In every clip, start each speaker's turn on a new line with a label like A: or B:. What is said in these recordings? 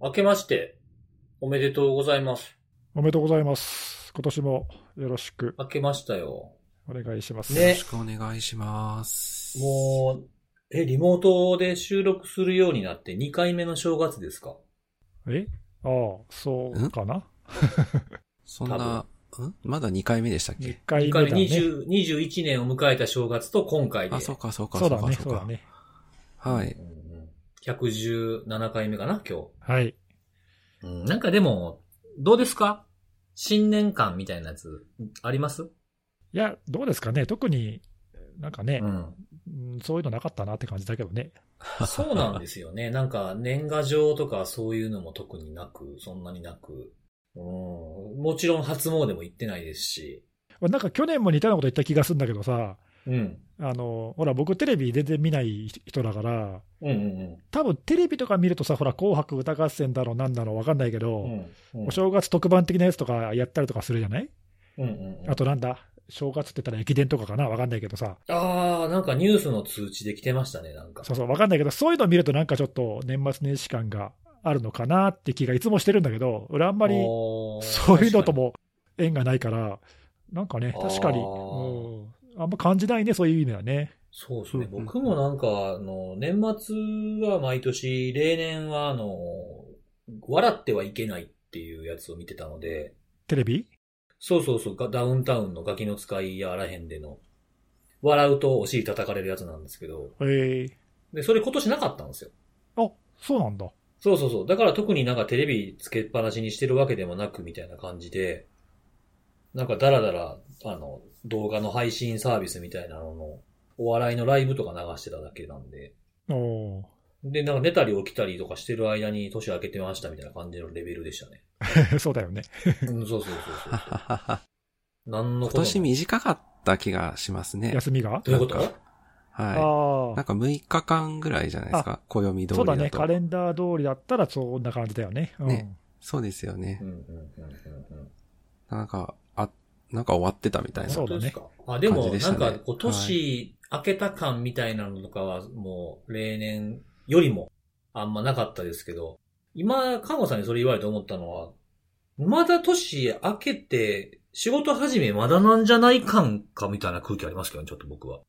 A: 明けまして、おめでとうございます。
B: おめでとうございます。今年もよろしく
A: 明けましたよ。
B: お願いします。
A: ね
C: よろしくお願いします。
A: もう、え、リモートで収録するようになって2回目の正月ですか
B: えああ、そうかな
C: そんな、んまだ2回目でしたっ
B: ?1
C: け
B: 回
A: ?2
B: 目
A: 回
B: だ
A: 目、
B: ね。
A: 20 21年を迎えた正月と今回で。
C: あ、そうか、そうか、
B: そ
C: そうう
B: だ
C: か、
B: ね、
C: そう
B: そうだ
C: か。
B: ね。
C: はい。
A: うんうん。117回目かな、今
B: はい。
A: 日。うん、なんかでも、どうですか新年間みたいなやつ、あります
B: いや、どうですかね、特になんかね
A: う、ん。
B: うんそういうのなかったなって感じだけどね。
A: そうなんですよね。なんか、年賀状とかそういうのも特になく、そんなになく。うん、もちろん初詣も行ってないですし。
B: まあなんか去年も似たようなこと言った気がするんだけどさ、
A: うん。
B: あの、ほら、僕テレビ全然見ない人だから、
A: うんうん
B: 多分テレビとか見るとさ、ほら、紅白歌合戦だろう、なんだろう、わかんないけど、
A: うん。うん
B: お正月特番的なやつとかやったりとかするじゃない
A: うんうんうん
B: あとなんだ、正月って言ったら駅伝とかかな、わかんないけどさ、
A: あー、なんかニュースの通知で来てましたね、なんか。
B: そうそう、わかんないけど、そういうのを見ると、なんかちょっと年末年始感があるのかなって気がいつもしてるんだけど、俺、あんまり
A: おー
B: そういうのと。も縁がないから、なんかね、
A: あー
B: 確かに、うんあんま感じないね、そういう意味ではね。
A: そうですね。
C: うんうんうん
A: 僕もなんか、あの、年末は毎年、例年は、あの、笑ってはいけないっていうやつを見てたので、
B: テレビ
A: そうそうそう、がダウンタウンのガキの使いやあらへんでの、笑うとお尻叩かれるやつなんですけど、
B: ええ
A: で、それ今年なかったんですよ。
B: あそうなんだ。
A: そうそうそう。だから特になんかテレビつけっぱなしにしてるわけでもなくみたいな感じで、なんかダラダラ、あの、動画の配信サービスみたいなのの、お笑いのライブとか流してただけなんで、
B: お
A: で、なんか寝たり起きたりとかしてる間に年明けてましたみたいな感じのレベルでしたね。
B: ー そうだよね。
A: うん、そうそうそうそうそう。 何の
C: 今
A: ことも
C: 年短かった気がしますね。
B: 休みが。
A: どういうこと
C: なんかは
B: あ
C: い。
B: あ
C: なんか6日間ぐらいじゃないですか。暦通
B: そう
C: り
B: だ
C: だ
B: ね、カ
C: と。
B: レンダー通りだったら、そんな感じだよね。うん、
C: ねそうですよ
A: う
C: ね
A: ん。うんうんうんうん。
C: なんか、あ、なんか終わってたみたいな
B: そう。
A: 本
B: だね
A: 当ですか。あ、でも、
C: 感じでし
A: な
C: た
A: ん
C: ね
A: か、今年明けた感みたいなのとかは、もう、例年よりも、あんまなかったですけど、今、看護さんにそれ言われて思ったのは、まだ年明けて、仕事始めまだなんじゃない感かみたいな空気ありますけどね、ちょっと僕は。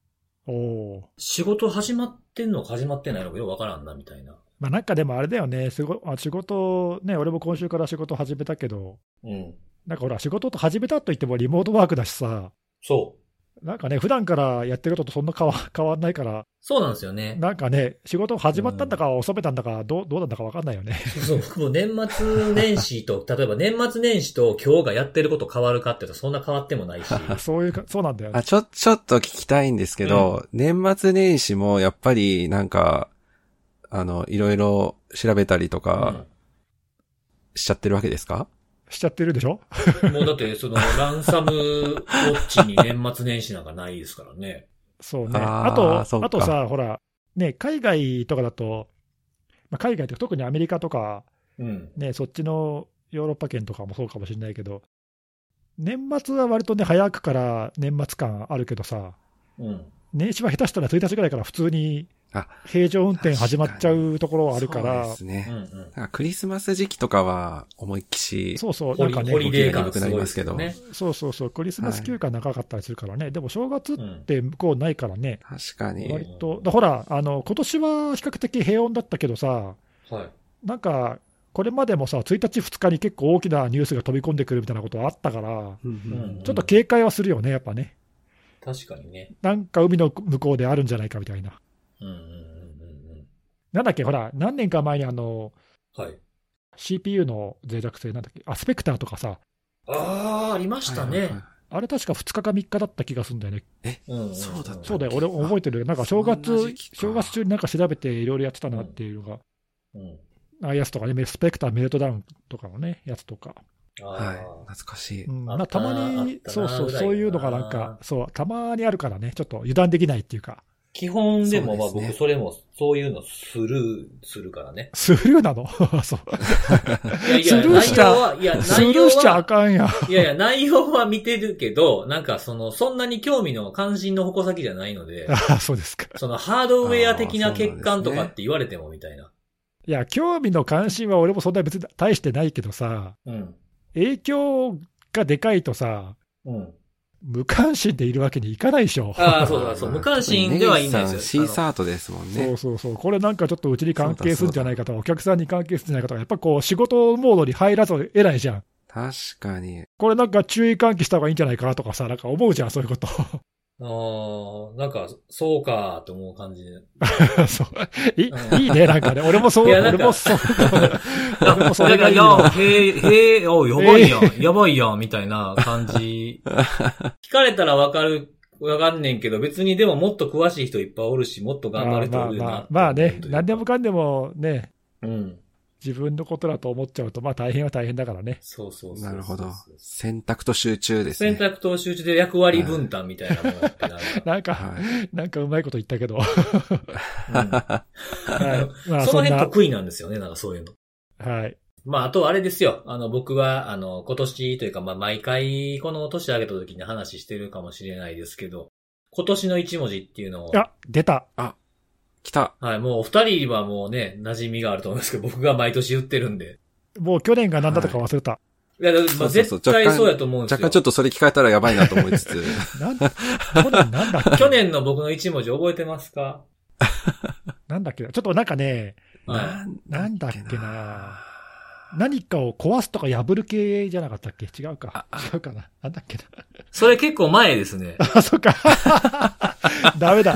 B: おおー
A: 仕事始まってんのか始まってないのかよくわからんな、みたいな。
B: まあ、なんかでもあれだよね、すごあ仕事、ね、俺も今週から仕事始めたけど、
A: うん。
B: なんかほら、仕事と始めたといってもリモートワークだしさ、
A: そう。
B: なんかね、普段からやってることとそんな変わ 変わんないから、
A: そうなんですよね。
B: なんかね、仕事始まったんだか、収めたんだか、どうどうなんだか分かんないよ ね。
A: そう、僕も年末年始と、例えば年末年始と今日がやってること変わるかって言うとそんな変わってもないし。
B: そういうか、そうなんだよね
C: あ、。ちょ、ちょっと聞きたいんですけど、年末年始もやっぱりなんか、あの、いろいろ調べたりとかしちゃってるわけですか、
B: しちゃってるでしょ
A: うんもうだって、その、ランサムウォッチに年末年始なんかないですからね。
B: そうね。
C: あー
B: あ
C: そう
B: と、あと
C: か
B: さ、ほら、ね、海外とかだと、まあ、海外って特にアメリカとか、
A: うん。
B: ね、そっちのヨーロッパ圏とかもそうかもしれないけど、年末は割とね、早くから年末感あるけどさ、
A: うん。
B: 年始は下手したら1日ぐらいから普通に
C: あ
B: 平常運転始まっちゃうところはあるから、
C: そう
B: そ
C: で
B: う
A: う
C: すね。
A: んうん。
C: なんかクリスマス時期とかは思いっきし、
B: そう
A: ホ
B: なん
A: リ
B: か
A: ホリ
B: ね、
A: デー感すごいですけどね。
B: そうそうそう、クリスマス休暇長かったりするからね、でも正月っ
A: うん。
B: て向こうないからね、
C: 確かに。
B: 割と、だほら、あの今年は比較的平穏だったけどさ、
A: はい。
B: なんか、これまでもさ、1日、2日に結構大きなニュースが飛び込んでくるみたいなことあったから、
C: うん
A: う
C: うん
A: ん、
B: ちょっと警戒はするよね、やっぱね。
A: 確かにね。
B: なんか海の向こうであるんじゃないかみたいな。
A: うんうんうんうんうん。
B: なんだっけ、ほら、何年か前にあの、
A: はい。
B: CPU の脆弱性なんだっけ、アスペクターとかさ、
A: ああ、ありました
C: はい
A: ね
C: はい。はい
B: あれ確か2日か3日だった気がするんだよね。
A: うんうんうん
C: そうだった
B: そうだよ、俺覚えてるよ。なんか正
C: そんな
B: 月
C: 時期、か
B: 正月中になんか調べていろいろやってたなっていうのが、
A: うん。
B: ああいうやつとかね、スペクター、メルトダウンとかのね、やつとか。
A: ああ
C: はい。懐かしい。
B: うん、
A: あ
B: ま
A: っ
B: あ
A: た
B: た
A: な
B: まに
A: あ、った
B: そ
A: な
B: うそう、
A: ぐらいだな
B: そういうのがなんか、そう、たまにあるからね、ちょっと油断できないっていうか、
A: 基本でもまあ
C: そうですね
A: 僕それもそういうのスルーするから ね。
B: スルーなのそう。
A: いやいや、
B: スルーし
A: 内
B: た
A: 容は、いや、
B: スル
A: 内容
B: ーしちゃあ
A: は、
B: かん や。
A: いやいや、内容は見てるけど、なんかその、そんなに興味の関心の矛先 じゃないので、
B: あそうですか。
A: そのハードウェア的な欠陥とかって言われてもみたいな。
B: いや、興味の関心は俺もそんなに別に大してないけどさ、
A: うん。
B: 影響がでかいとさ、
A: うん。
B: 無関心でいるわけにいかないでしょ。
A: ああ、そうだ、そう。無関心ではいない
C: 根
A: です
C: 岸さ
A: よ。
C: んシーサートですもん
B: そ
C: ね
B: う。そうそう、これなんかちょっとうちに関係するんじゃないかとか、お客さんに関係するんじゃないかとか、やっぱこう、仕事モードに入らず得ないじゃん。
C: 確かに。
B: これなんか注意喚起した方がいいんじゃないかなとかさ、なんか思うじゃん、そういうこと。
A: あのあー、なんか、そうか、と思う感じで。
B: そういいいね、なんかね。俺もそう、
A: いやなんか
B: 俺 もそう。俺もそれ
A: だから、
B: がい
A: い
B: いな
A: や、へえ、へえ、お、やばいやん、 やばいやん、みたいな感 じ。聞かれたらわかる、わかんねんけど、別にでももっと詳しい人いっぱいおるし、もっと頑張る人
B: まあ
A: おるよ
B: ま
A: な
B: あ、まあね、何でも
A: か。
B: かんでもね、
A: うん。
B: 自分のことだと思っちゃうと、まあ大変は大変だからね。
A: そうそうそうそう。
C: なるほど。選択と集中ですね。
A: 選択と集中で役割分担みたいなのがあってなんか
B: なんか、
C: はい。
B: なんかうまいこと言った けど。はい。
A: う
B: ま
A: ん
B: あ
A: そ
B: そ
A: の
B: ん
A: 辺
B: な、
A: 得意なんですよね、なんかそういうの。
B: はい。
A: まあ、あとあれですよ。あの、僕は、あの、今年というか、まあ、毎回、この年上げた時に話してるかもしれないですけど、今年の一文字っていうのを、
B: あ、出た。
C: 来た。
A: はい、もうお二人はもうね、馴染みがあると思いますけど、僕が毎年言ってるんで。
B: もう去年が何だとか忘れた。
A: いや、だからま
C: そ
A: あ
C: うそうそう
A: 絶対
C: 若干
A: そうやと思うんです
C: 若
A: よ
C: 干ちょ。っとそれ聞かれたらやばいなと思いつつ。
B: なん去年なんだっけ
A: 去年の僕の一文字覚えてますか
B: なんだっけなちょっとなんかね、
A: は
B: なんだっけな。何かを壊すとか破る系じゃなかったっけ違うか。違うかな。なんだっけな。
A: い。それ結構前ですね。
B: あ、そっか。 ダメだ。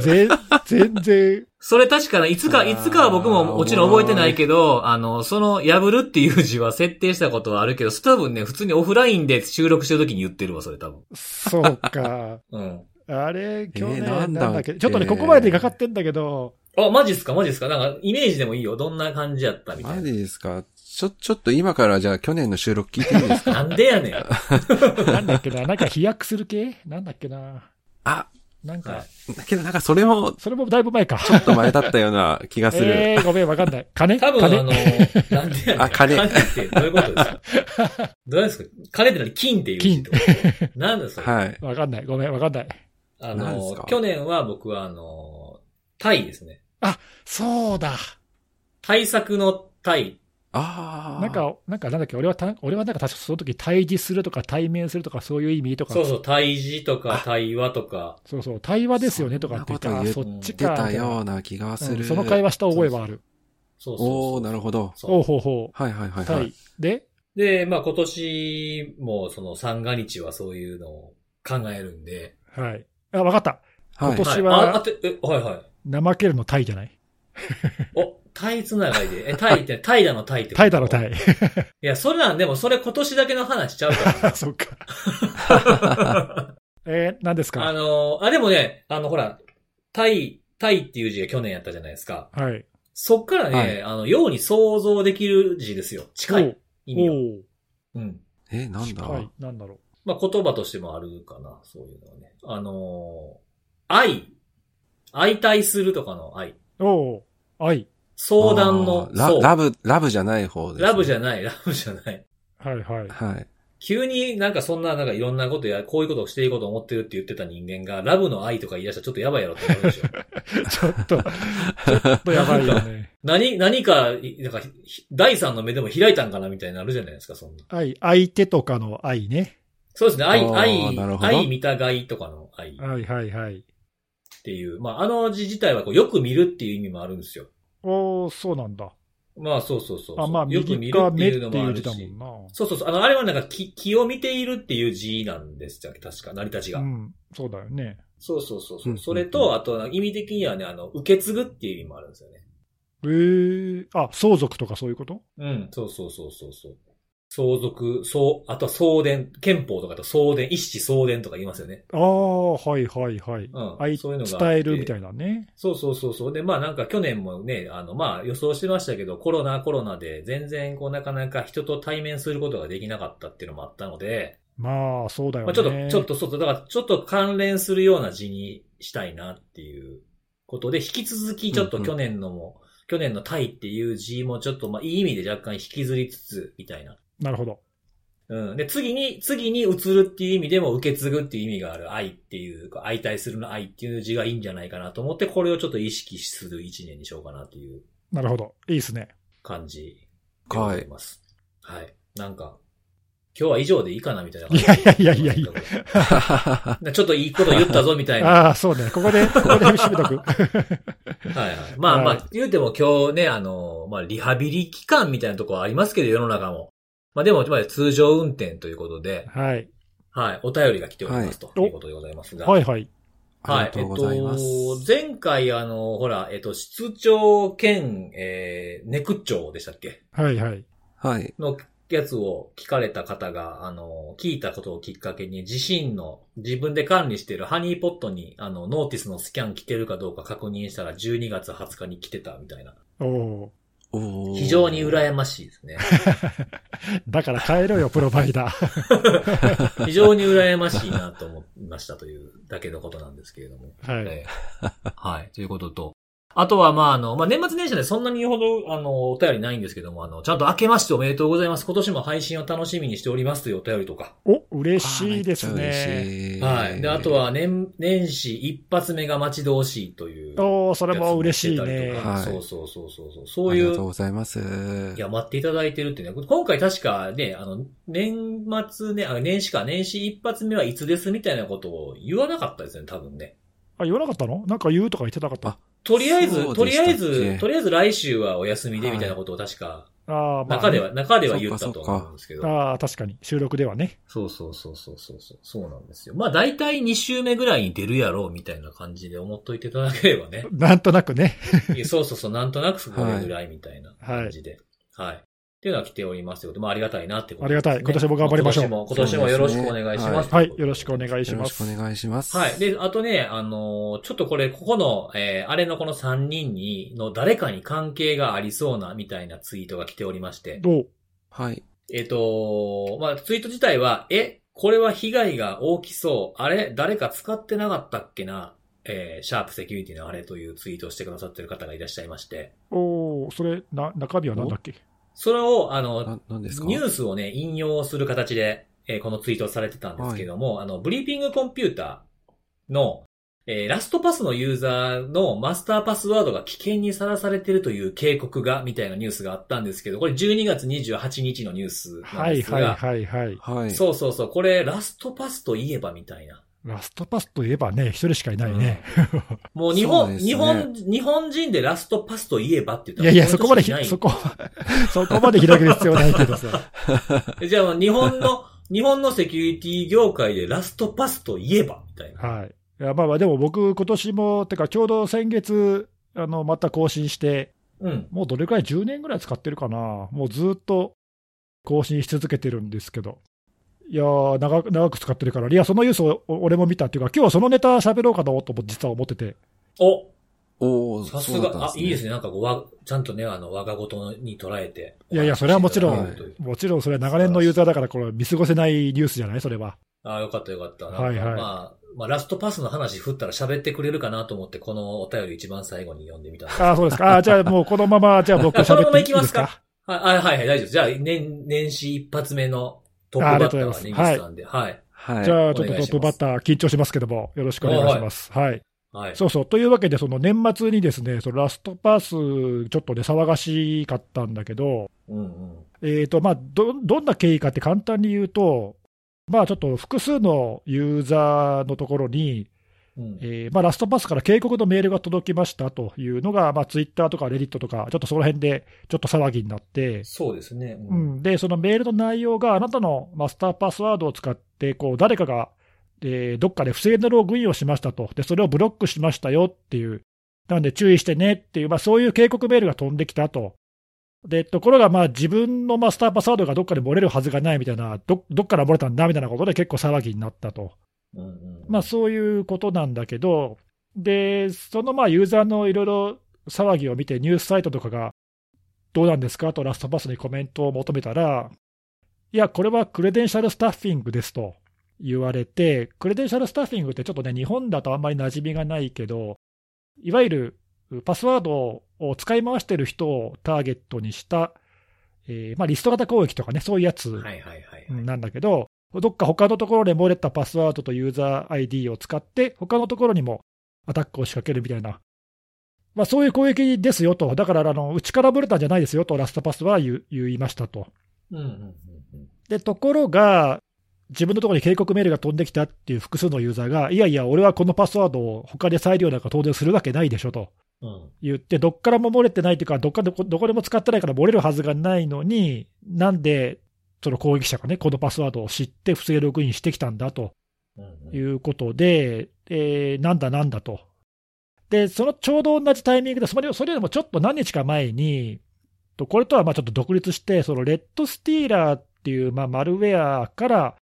B: 全、全然。
A: それ確かないつか、
C: あー
A: いつかは僕ももちろん覚えてないけど、あの、その、破るっていう字は設定したことはあるけど、多分ね、普通にオフラインで収録してる時に言ってるわ、それ多分。
B: そうか。
A: うん。
B: あれ、去年、
C: えーなんだ
B: なんだっ
C: っ
B: け
C: け
B: ちょっとね、ここまでかかってんだけど、
A: あ、マジっすかマジっすかなんか、イメージでもいいよ。どんな感じやったみた
C: マ
A: いな。
C: ジですかちょ、ちょっと今からじゃあ去年の収録聞いていいで すか
A: なんでやねん。
B: なんだっけな。なんか飛躍する系なんだっけな。
C: あ、
B: な
A: は
B: んか
A: い、
C: だけどなんかそれもち
B: それもだいぶ前か。
C: ょっと前だったような気がする。
B: えー、ごめん、わかんない。金
A: 多分、あの
B: 金、
A: なんでやねん。
C: あ金
A: ってどういうことですかどうですか金って何金っていう字ってことなんだそれ。
C: はい。
B: わかんない。ごめん、わかんない。
A: あ
C: 何です
A: の
C: か、
A: 去年は僕はあの、タイですね。
B: そうだ。
A: 対策のタイ。
C: ああ。
B: なん、か、なんかなんだっけ、俺はた、俺はなんか確かその時対峙するとか対面するとかそういう意味とか、
A: そうそう、対峙とか対話とか。
B: そうそう対話ですよねとかって言ったら、あ
C: そ
B: そ
A: んなこと言
B: っ
A: っ
B: ち
C: 出
B: か。
C: たよ
B: み
C: うな気が
B: たい
C: す
B: な
C: る。
B: うんその会話した覚えはある。
A: そうそうそう。
C: おー、なるほど。
A: そう
B: おうほうほ
C: はいは
B: う。
C: いはい、は
B: 対
C: い。
B: で、
A: で、まあ今年もその三が日はそういうのを考えるんで。
B: はい。あ、わかった。
C: は
B: 今
C: い。
B: 年
A: い、
B: は
A: あ、あて、え、はいはい。
B: 怠けるのタイじゃない
A: お、タイつながりで。え、タイ って、タイだのタイってこと
B: タイだろ、タ。イ。
A: いや、それなんでも、それ今年だけの話ちゃうから。
B: あ そっか。えー、何です
A: あ
B: か
A: のーあ、でもね、あの、ほら、タイ、タイっていう字が去年やったじゃないですか。
B: はい。
A: そっからね、
C: はい
A: あの、ように想像できる字ですよ。近い意味
B: お
A: を。
B: う
A: うん。
C: え、なんだ、
B: 近い。なんだろ
A: まあ、言葉としてもあるかな、そういうのはね。あのー愛。相対するとかの愛。
B: う。おう。愛。
A: 相談の
C: あ、ーラ
A: そう。
C: ラブ、ラブじゃない方です、
A: ラブじゃ
C: な
A: ない、ラブじゃない。
B: はい はい。
C: はい。
A: 急になんかそんななんかいろんなことや、こういうことをしていこうと思ってるって言ってた人間が、ラブの愛とか言い出したらちょっとやばいやろって思うで しょ。
B: ちょっと、ちょっとやばいよね。
A: 何、何か、いなんか、ひ第三の目でも開いたんかなみたいになるじゃないですか、そんな。
B: 愛、相手とかの愛ね。
A: そうですね、愛
C: あ、ー
A: 愛
C: なる、ほど
A: 愛見たがいとかの愛っ
B: はいはいはい。
A: ていう。まあ、あの字自体はこうよく見るっていう意味もあるんですよ。
B: おー、そうなんだ。
A: まあ、そうそうそう。
B: あ、まあ、
A: よく
B: 右
A: 見る
B: か
A: って
B: 目っ
A: い
B: て
A: うのもあ
B: いう
A: る
B: 字
A: し。
B: だもん
A: そうそうそう。あの、あれはなんか、気、気を見ているっていう字なんですよ、確か、成り立ち
B: な。
A: が。
B: うん、そうだよね。
A: そうそうそう
C: う
A: そ
C: んう
A: う。
C: んうん
A: それと、あと、意味的にはね、あの、受け継ぐっていう意味もあるんですよね。
B: えー、あ、相続とかそういうこと
A: うん、そうそうそうそうそう。相続、そう、あとは送電、憲法とかだと送電、一子送電とか言いますよね。
B: ああ、はいはいはい。
A: うん
B: 愛
A: そういうのがあって
B: 伝えるみたいなね。
A: そうそうそうそう。で、まあなんか去年もね、あの、まあ予想してましたけど、コロナコロナで全然こうなかなか人と対面することができなかったっていうのもあったので、
B: まあ、そうだよ
A: ま
B: ね。
A: あちょっと、ちょっとそうそう、だからちょっと関連するような字にしたいなっていうことで、引き続きちょっ
C: う
A: と
C: んうん
A: 去年のも、去年のタイっていう字もちょっとまあいい意味で若干引きずりつつ、みたいな。
B: なるほど。
A: うん。で、次に、次に移るっていう意味でも受け継ぐっていう意味がある愛っていうか、相対するの愛っていう字がいいんじゃないかなと思って、これをちょっと意識する一年にしようかなっていう
B: なるほど。いいですね。
A: 感じでご
C: は
A: ざい
C: い。
A: ます。はい。なんか、今日は以上でいいかなみたいな感
B: い
A: じ。
B: やいやいやいやいや
A: や。ちょっといいこと言ったぞみたいな。は
B: ああ、そうね。ここで、ここで締めとく。
A: いはい。まあま
B: はい
A: あ、言うても今日ね、あの、まあ、リハビリ期間みたいなとこはありますけど、世の中も。まあでも、まあ通常運転ということで、
B: はい。
A: はい、お便りが来ておりますと
B: はい
A: いうことでございますが。
B: はいはい。
C: ありがとうございます。
A: えっと、前回あの、ほら、えっと、室長兼、えー、ネク長でしたっけ
B: はいはい。
C: はい。
A: のやつを聞かれた方が、あの、聞いたことをきっかけに、自身の自分で管理しているハニーポットに、あの、ノーティスのスキャン来てるかどうか確認したら、12月20日に来てたみたいな。
B: おお
C: おー
A: 非常に羨ましいですね。
B: ー。だから変え ろよ、プロバイダー。
A: 非常に羨ましいなと思いましたというだけのことなんですけれども。
B: はい。
A: ええはい。ということと。あとは、まあ、あの、まあ、年末年始でそんなに言うほど、あの、お便りないんですけども、あの、ちゃんと明けましておめでとうございます。今年も配信を楽しみにしておりますというお便りとか。
B: お、嬉しいです
C: あーめっちゃ
B: ね。
C: 嬉しい
A: はい。で、あと、は、年、年始一発目が待ち遠しいという。
B: おおそれも嬉しいね。
C: はい
A: そうそうそうそうそう。そ
C: あ
A: う
C: り
A: い
C: がとう
A: う、
C: ございます。
A: いや、待っていただいてるってね。今回確かね、あの、年末ね、あ、年始か、年始一発目はいつですみたいなことを言わなかったですよね、多分ね。
B: あ、言わなかったのなんか言うとか言ってなかった。
A: とりあえず、
C: そう
A: と
C: で
A: り
C: した
A: あ
C: っけ
A: えず、とりあえず来週はお休みでみたいなことを確か、
B: ああ、まあ、
A: 中では、中では
C: そっか
A: 言ったと
C: そっか
A: 思うんですけど。
B: ああ、確かに。収録ではね。
A: そうそうそうそうそうそう。そうなんですよ。まあ大体2週目ぐらいに出るやろうみたいな感じで思っといていただければね。
B: なんとなくね。
A: いやそうそうそう、なんとなくそこれぐらいみたいな
B: はい
A: 感じで。はい。っていうのは来ておりますけど、まあありがたいなってこと
B: ありがたい今年も頑張りましょう
A: 今年も、今年もよろしくお願いします。
B: はい。よろしくお
A: いし
B: 願いし
C: よろ
B: ま
C: しく
B: す。
C: お願いします。
A: はい。で、あとね、あのーちょっとこれ、ここの、えーあれのこの3人に、の誰かに関係がありそうな、みたいなツイートが来ておりまして。
B: どう
C: はい。
A: えっ、と、まあ、ツイート自体は、え、これは被害が大きそう。あれ誰か使ってなかったっけなえーシャープセキュリティのあれというツイートをしてくださってる方がいらっしゃいまして。
B: おおそれ、な、中身はなんだっけ
A: それを、あの、
C: な、なんですか
A: ニュースをね、引用する形で、えーこのツイートをされてたんですけども、あの、ブリーピングコンピューターの、えーラストパスのユーザーのマスターパスワードが危険にさらされてるという警告が、みたいなニュースがあったんですけど、これ12月28日のニュースなん
B: は
A: で
B: い
A: すが、
B: はいはいはい。
C: はい。
A: そうそうそう、これラストパスといえばみたいな。
B: ラストパスといえばね、一人しかいないね。
A: うん。もう日
C: そう
A: 本、
C: ですね
A: 日本、日本人でラストパスといえばって言った
B: い
A: ら
B: やいや、そ
A: こ
B: こ
A: の
B: ま
A: 人
B: で
A: し
B: ひ
A: かいない、
B: そこ、そこま で広げる必要ないけどさ。
A: じゃあ日本の、 日本のセキュリティ業界でラストパスといえばみたいな。
B: はい。いや、まあまあ、でも僕、今年も、てか、ちょうど先月、あの、また更新して、
A: うん。
B: もうどれくらい10年ぐらい使ってるかな。もうずっと更新し続けてるんですけど。いやー、長く、長く使ってるから。いや、そのニュースをお俺も見たっていうか、今日そのネタ喋ろうかと思って、実は思ってて。
A: お
C: おー
A: さす
C: そうだったん
A: が、あ、いいです
C: ね。
A: ね。なんかこう、わ、ちゃんとね、あの、我が事に捉えて。
B: いやいや、それはもちろ
A: お話
B: ん
A: しいただけるという、
B: もちろんそれは長年のユーザーだから、これ見過ごせないニュースじゃないそれは。
A: あよかったよかった。
B: はいは
A: ま
B: い
A: あ、まあ、ラストパスの話振ったら喋ってくれるかなと思って、このお便り一番最後に読んでみたんです
B: ああ、そうですか。ああ、じゃあもうこのまま、じゃあ僕喋っていいですか。
A: はい、はい、はい、大丈夫です。じゃあ、年、年始一発目のトップバッターはネギスさんで。はい。
C: はい。
B: じゃあ、ちょっ
A: お願
B: と
A: いし
B: トッ
A: ます
B: プバッター緊張しますけども、よろしくお願いします。はい。
A: はい。
B: そうそう。というわけで、その年末にですね、そのラストパス、ちょっとね、騒がしかったんだけど、
A: うんうん。
B: えっと、まあ、ど、どんな経緯かって簡単に言うと、まあ、ちょっと複数のユーザーのところに、
A: うん。
B: えーまあ、ラストパスから警告のメールが届きましたというのが、まあ、ツイッターとかレディットとか、ちょっとその辺でちょっと騒ぎになって、
A: そうですね。
B: う、
A: うん
B: でそのメールの内容があなたのマスターパスワードを使ってこう、誰かが、えーどっかで不正なログインをしましたとで、それをブロックしましたよっていう、なので注意してねっていう、まあ、そういう警告メールが飛んできたと。でところが、まあ自分のマスターパスワードがどっかで漏れるはずがないみたいな、どどっから漏れたんだみたいなことで結構騒ぎになったと。
A: うんうん
B: まあ、そういうことなんだけど、で、そのまあユーザーのいろいろ騒ぎを見て、ニュースサイトとかが、どうなんですかとラストパスにコメントを求めたら、いや、これはクレデンシャルスタッフィングですと言われて、クレデンシャルスタッフィングってちょっとね、日本だとあんまり馴染みがないけど、いわゆるパスワードを使い回してる人をターゲットにした、えーまあ、リスト型攻撃とかね、そういうやつ
A: はいはいはい。
B: うんなんだけど、どっか他のところで漏れたパスワードとユーザー ID を使って、他のところにもアタックを仕掛けるみたいな、まあ、そういう攻撃ですよと、だからあの、内からぶれたんじゃないですよと、ラストパスは言う言いましたと。
A: うんうんうんうん。
B: で、ところが、自分のところに警告メールが飛んできたっていう複数のユーザーが、いやいや、俺はこのパスワードを他で再利用なんか当然するわけないでしょと
A: うん。
B: 言って、どっからも漏れてないというか、どっかでどこでも使ってないから漏れるはずがないのに、なんで、その攻撃者がね、このパスワードを知って、不正ログインしてきたんだと
A: うん
B: い
A: うん。
B: うことで、えーなんだなんだと。で、そのちょうど同じタイミングで、それそれよりもちょっと何日か前に、とこれとはまあちょっと独立して、そのレッドスティーラーっていうまあマルウェアから、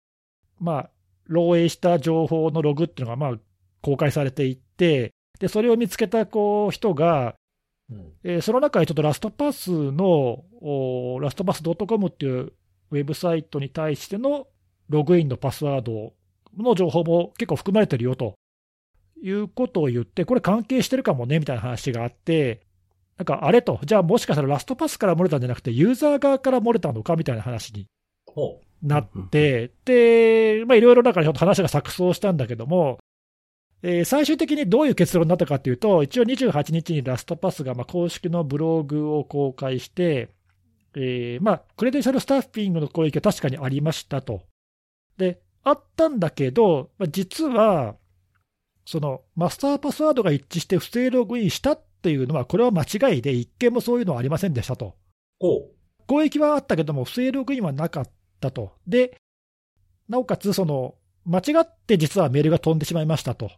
B: まあ、漏洩した情報のログっていうのがまあ公開されていって、でそれを見つけたこう人が、
A: うん
B: えーその中でちょっとラストパスの、おーラストパス .com っていうウェブサイトに対してのログインのパスワードの情報も結構含まれてるよということを言って、これ関係してるかもねみたいな話があって、なんかあれと、じゃあもしかしたらラストパスから漏れたんじゃなくて、ユーザー側から漏れたのかみたいな話に
A: ほ
B: なって、で、まあいろいろなんかちょっと話が錯綜したんだけども、えー最終的にどういう結論になったかっていうと、一応28日にラストパスがまあ公式のブログを公開して、えーまあ、クレデンシャルスタッフィングの攻撃は確かにありましたと。で、あったんだけど、まあ実は、そのマスターパスワードが一致して不正ログインしたっていうのは、これは間違いで、一件もそういうのはありませんでしたと。
A: う。ほ
B: 攻撃はあったけども、不正ログインはなかったと。で、なおかつ、その、間違って実はメールが飛んでしまいましたと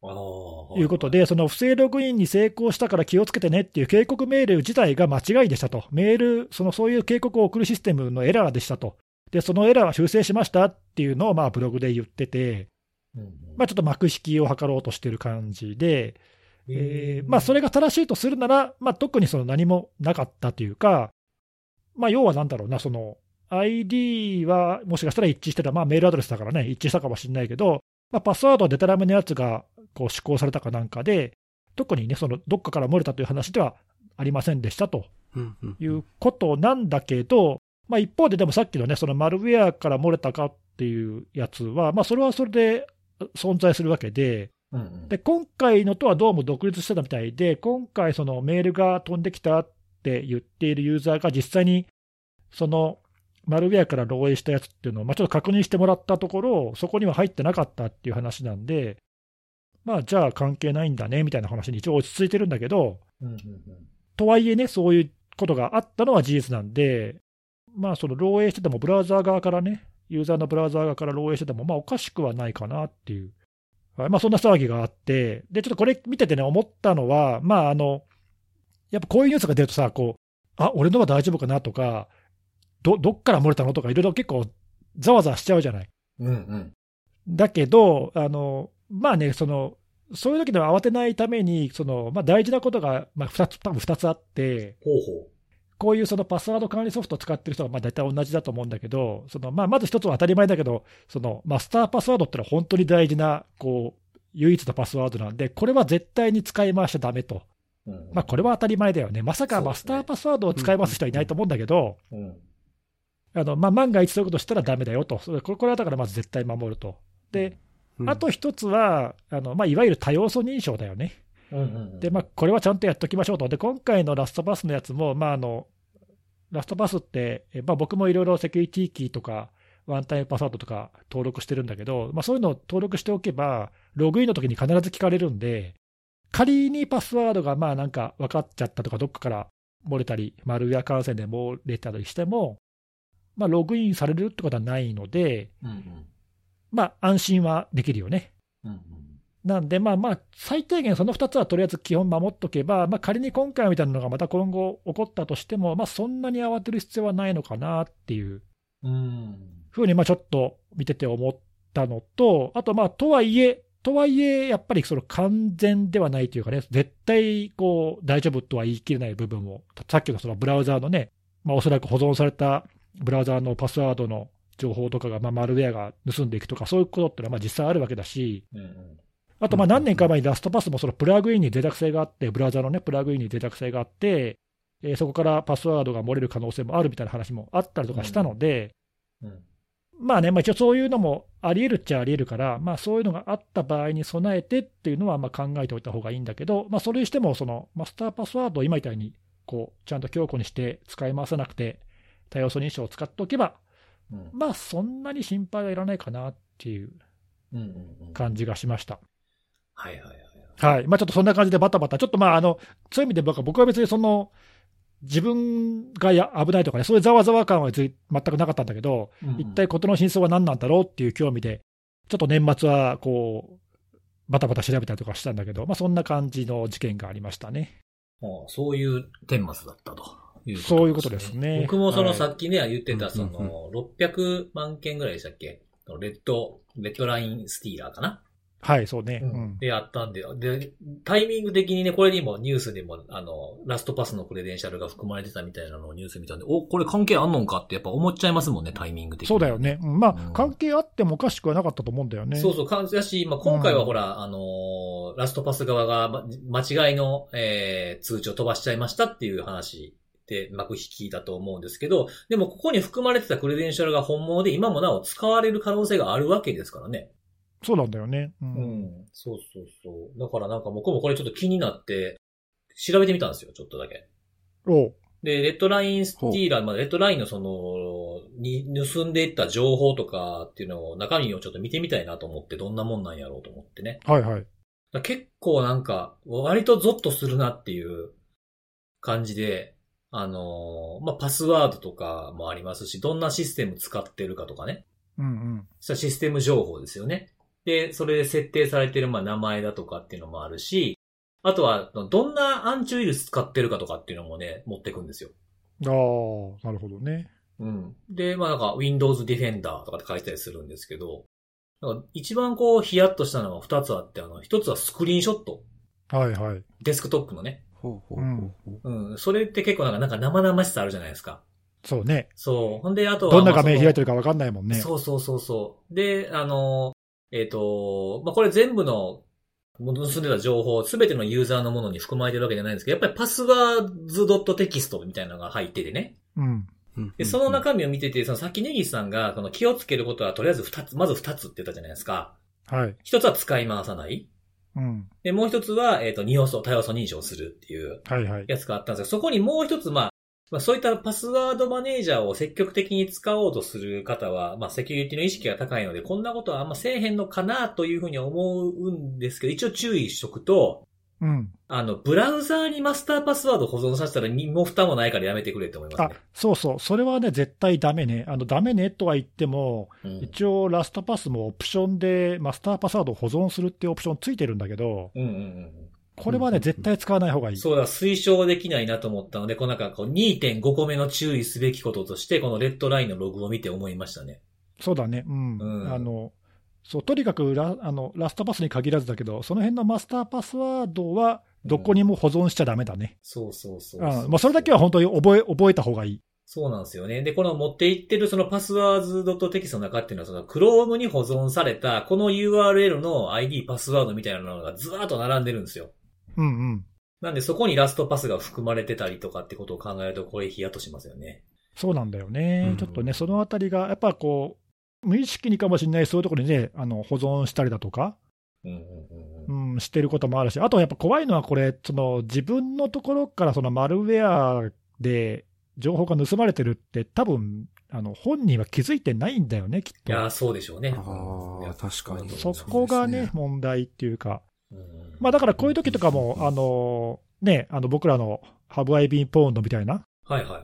A: う。ああ。
B: いうことで、その不正ログインに成功したから気をつけてねっていう警告メール自体が間違いでしたと。メール、そのそういう警告を送るシステムのエラーでしたと。で、そのエラーは修正しましたっていうのをまあブログで言ってて、
A: うんうん。
B: まあ、ちょっと幕引きを図ろうとしてる感じで、
A: え
B: えーまあ、それが正しいとするなら、まあ、特にその何もなかったというか、まあ、要はなんだろうな、その ID はもしかしたら一致してた、まあ、メールアドレスだからね、一致したかもしれないけど、まあ、パスワードはデタラメのやつがこう施行されたかなんかで、特にね、そのどっかから漏れたという話ではありませんでしたと
C: うんうん
B: い。うことなんだけど、まあ、一方で、でもさっきのね、そのマルウェアから漏れたかっていうやつは、まあ、それはそれで存在するわけで、
A: うんうん。
B: で、今回のとはどうも独立してたみたいで、今回、そのメールが飛んできたって言っているユーザーが実際に、そのマルウェアから漏洩したやつっていうのを、まあ、ちょっと確認してもらったところ、そこには入ってなかったっていう話なんで、まあ、じゃあ関係ないんだねみたいな話に一応落ち着いてるんだけど、
A: うんうんうん。
B: とはいえね、そういうことがあったのは事実なんで、まあ、その漏洩してても、ブラウザー側からね、ユーザーのブラウザー側から漏洩してても、まあ、おかしくはないかなっていう、はいまあ、そんな騒ぎがあって、で、ちょっとこれ見ててね、思ったのは、まあ、あの、やっぱこういうニュースが出るとさ、こう、あ、俺のは大丈夫かなとか、ど、どっから漏れたのとか、いろいろ結構、ざわざわしちゃうじゃない。
A: うんうん。
B: だけど、あのまあね、そのそういう時では慌てないために、そのまあ、大事なことが、まあ、2つ、多分2つあって、
A: ほうほ
B: こういうそのパスワード管理ソフトを使ってる人がまあ大体同じだと思うんだけど、そのまあ、まず一つは当たり前だけど、そのマスターパスワードってのは本当に大事な、こう唯一のパスワードなんで、これは絶対に使い回しちゃだめと、
A: う。うんうん
B: まあ、これは当たり前だよね、まさかマスターパスワードを使い回す人はいないと思うんだけど、
A: うん。
B: あのまあ、万が一そういうことしたらだめだよと、それこれこれはだからまず絶対守ると。であと一つは、あのまあ、いわゆる多要素認証だよね。
A: うんうんうん。
B: で、まあ、これはちゃんとやっときましょうと。で、今回のラストパスのやつも、まあ、あのラストパスって、えまあ、僕もいろいろセキュリティキーとか、ワンタイムパスワードとか登録してるんだけど、まあ、そういうのを登録しておけば、ログインの時に必ず聞かれるんで、仮にパスワードがまあなんか分かっちゃったとか、どっかから漏れたり、マルウェア感染で漏れたりしても、まあ、ログインされるってことはないので、
A: うんうん。
B: まあ、安心はできるよね。
A: うんうん。
B: なんで、まあまあ、最低限その2つはとりあえず基本守っとけば、まあ、仮に今回みたいなのがまた今後起こったとしても、まあ、そんなに慌てる必要はないのかなっていう
A: うん。
B: ふうに、まあちょっと見てて思ったのと、あと、まあ、とはいえ、とはいえ、やっぱりその完全ではないというかね、絶対こう大丈夫とは言い切れない部分も、さっきのそのブラウザーのね、まあ、おそらく保存されたブラウザーのパスワードの情報とかが、まあ、マルウェアが盗んでいくとか、そういうことってのはまあ実際あるわけだし、
A: うんうん。
B: あとまあ何年か前にラストパスもそのプラグインに脆弱性があって、ブラウザのね、プラグインに脆弱性があって、えーそこからパスワードが漏れる可能性もあるみたいな話もあったりとかしたので、
A: うん。
B: まあね、まあ、一応そういうのもありえるっちゃありえるから、まあ、そういうのがあった場合に備えてっていうのはまあ考えておいた方がいいんだけど、まあ、それにしてもそのマスターパスワードを今みたいにこうちゃんと強固にして使い回さなくて、多要素認証を使っておけば、
A: うん。
B: まあ、そんなに心配はいらないかなっていう
A: うんうんうん。
B: 感じがしました。
A: はいはいはい。
B: はい。まあちょっとそんな感じでバタバタ。ちょっとまああの、そういう意味で僕は僕は別にその、自分がや危ないとかね、そういうざわざわ感は別に全くなかったんだけど、
A: うんうん
B: 一体事の真相は何なんだろうっていう興味で、ちょっと年末はこう、バタバタ調べたりとかしたんだけど、まあそんな感じの事件がありましたね。
A: もうそういう顛末だったということですね。
B: そういうことですね
A: 僕もその
B: はい
A: さっきね、言ってた、そ
C: うんうん
A: の、600万件ぐらいでしたっけレッド、レッドラインスティーラーかな、
B: はい、そうね。うん。
A: で、やったんで、で、タイミング的にね、これにもニュースでも、あの、ラストパスのクレデンシャルが含まれてたみたいなのをニュース見たんで、お、これ関係あんのんかってやっぱ思っちゃいますもんね、タイミング的に。
B: そうだよね。うんまあ、
A: うん
B: 関係あってもおかしくはなかったと思うんだよね。
A: そうそう、感じだし、まあ、今回
B: う
A: は
B: ん
A: ほら、あのーラストパス側が、ま、間違いの、えー通知を飛ばしちゃいましたっていう話で幕引きだと思うんですけど、でもここに含まれてたクレデンシャルが本物で今もなお使われる可能性があるわけですからね。
B: そうなんだよね。うん
A: ん。そうそうそう。だからなんか僕もこれちょっと気になって、調べてみたんですよ、ちょっとだけ。
B: おうで
A: で、レッドラインスティーラー、まあ、レッドラインのその、に、盗んでいった情報とかっていうのを、中身をちょっと見てみたいなと思って、どんなもんなんやろうと思ってね。
B: はいは
A: だ
B: い。
A: から結構なんか、割とゾッとするなっていう感じで、あのーまあ、パスワードとかもありますし、どんなシステム使ってるかとかね。
B: うんうん。
A: そしたらシステム情報ですよね。で、それで設定されてる、まあ、名前だとかっていうのもあるし、あとは、どんなアンチウイルス使ってるかとかっていうのもね、持ってくんですよ。
B: ああ、なるほどね。
A: うん。で、まあなんか Windows Defender とかって書いてたりするんですけど、なんか一番こうヒヤッとしたのは二つあって、あの、一つはスクリーンショット。
B: はいはい。
A: デスクトップのね。
C: ほうほ
B: うほ
C: う
A: うん。それって結構なんかなんか生々しさあるじゃないですか。
B: そうね。
A: そう。ほんで、あとは。
B: どんな画面開い
A: て
B: てるかわかんないもんね。
A: そうそうそうそう。で、あの、えっ、と、まあ、これ全部の、盗んでた情報、すべてのユーザーのものに含まれてるわけじゃないんですけど、やっぱりパスワード .text みたいなのが入っててね。
B: うん。
C: うん
A: で、その、中身を見てて、そのさっきネギさんが、この気をつけることはとりあえず二つ、まず二つって言ったじゃないですか。
B: はい。
A: 一つは使い回さない。
B: うん。
A: で、もう一つは、えっ、と、二要素、多要素認証するっていう
B: はいはい。
A: やつがあったんですが、そこにもう一つ、まあ、まあ、そういったパスワードマネージャーを積極的に使おうとする方は、まあ、セキュリティの意識が高いので、こんなことはあんませえへんのかなというふうに思うんですけど、一応注意しとくと、
B: うん。
A: あの、ブラウザーにマスターパスワード保存させたら身も蓋もないからやめてくれって思います
B: あ
A: ね。、
B: そうそう。それはね、絶対ダメね。あの、ダメねとは言っても、
A: うん。
B: 一応ラストパスもオプションでマスターパスワードを保存するっていうオプションついてるんだけど、
A: うんうんうん。
B: これはね、
C: うん
B: 絶対使わない方がいい。
A: そうだ、推奨できないなと思ったので、こうなんかこう2.5個目の注意すべきこととして、このレッドラインのログを見て思いましたね。
B: そうだね。うん。
A: うん
B: あの、そう、とにかくラあのラストパスに限らずだけど、その辺のマスターパスワードは、どこにも保存しちゃダメだね。
A: そうそうそうう。
B: ん。まあ、それだけは本当に覚え、覚えた方がいい。
A: そうなんですよね。で、この持っていってるそのパスワードとテキストの中っていうのは、その Chrome に保存された、この URL の ID、パスワードみたいなのがずらーっと並んでるんですよ。
B: うんうん。
A: なんでそこにラストパスが含まれてたりとかってことを考えると、これヒヤッとしますよね。
B: そうなんだよね、
A: うん
B: ちょっとね、そのあたりが、やっぱこう、無意識にかもしれない、そういうところにね、あの保存したりだとか、
A: うんうんうんう。
B: うんん、してることもあるし、あとやっぱ怖いのは、これ、その自分のところからそのマルウェアで情報が盗まれてるって、多分あの本人は気づいてないんだよね、きっ
A: いやー、
B: と。
A: そうでしょうね。
C: ああ、確かに。
B: そこが
C: そう
B: ね、
C: ですね
B: 問題っていうか、
A: うんうん
B: まあ、だからこういう時とかも、
C: うん
B: あのね、あの僕らのハブアイビンポーンドみたいな、
A: はいはい。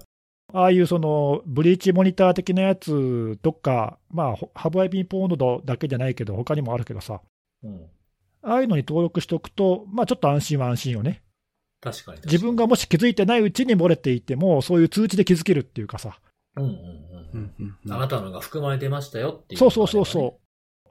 B: ああいうそのブリーチモニター的なやつとか、まあ、ほハブアイビンポーンドだけじゃないけど、他にもあるけどさ、
A: うん。
B: ああいうのに登録しておくと、まあ、ちょっと安心は安心よね。
A: 確かに確かに。
B: 自分がもし気づいてないうちに漏れていても、そういう通知で気づけるっていうかさ、
A: うんうんう
C: うんんうんう
A: うんん。あなたのが含まれてましたよっていう、
B: そうそうそうそ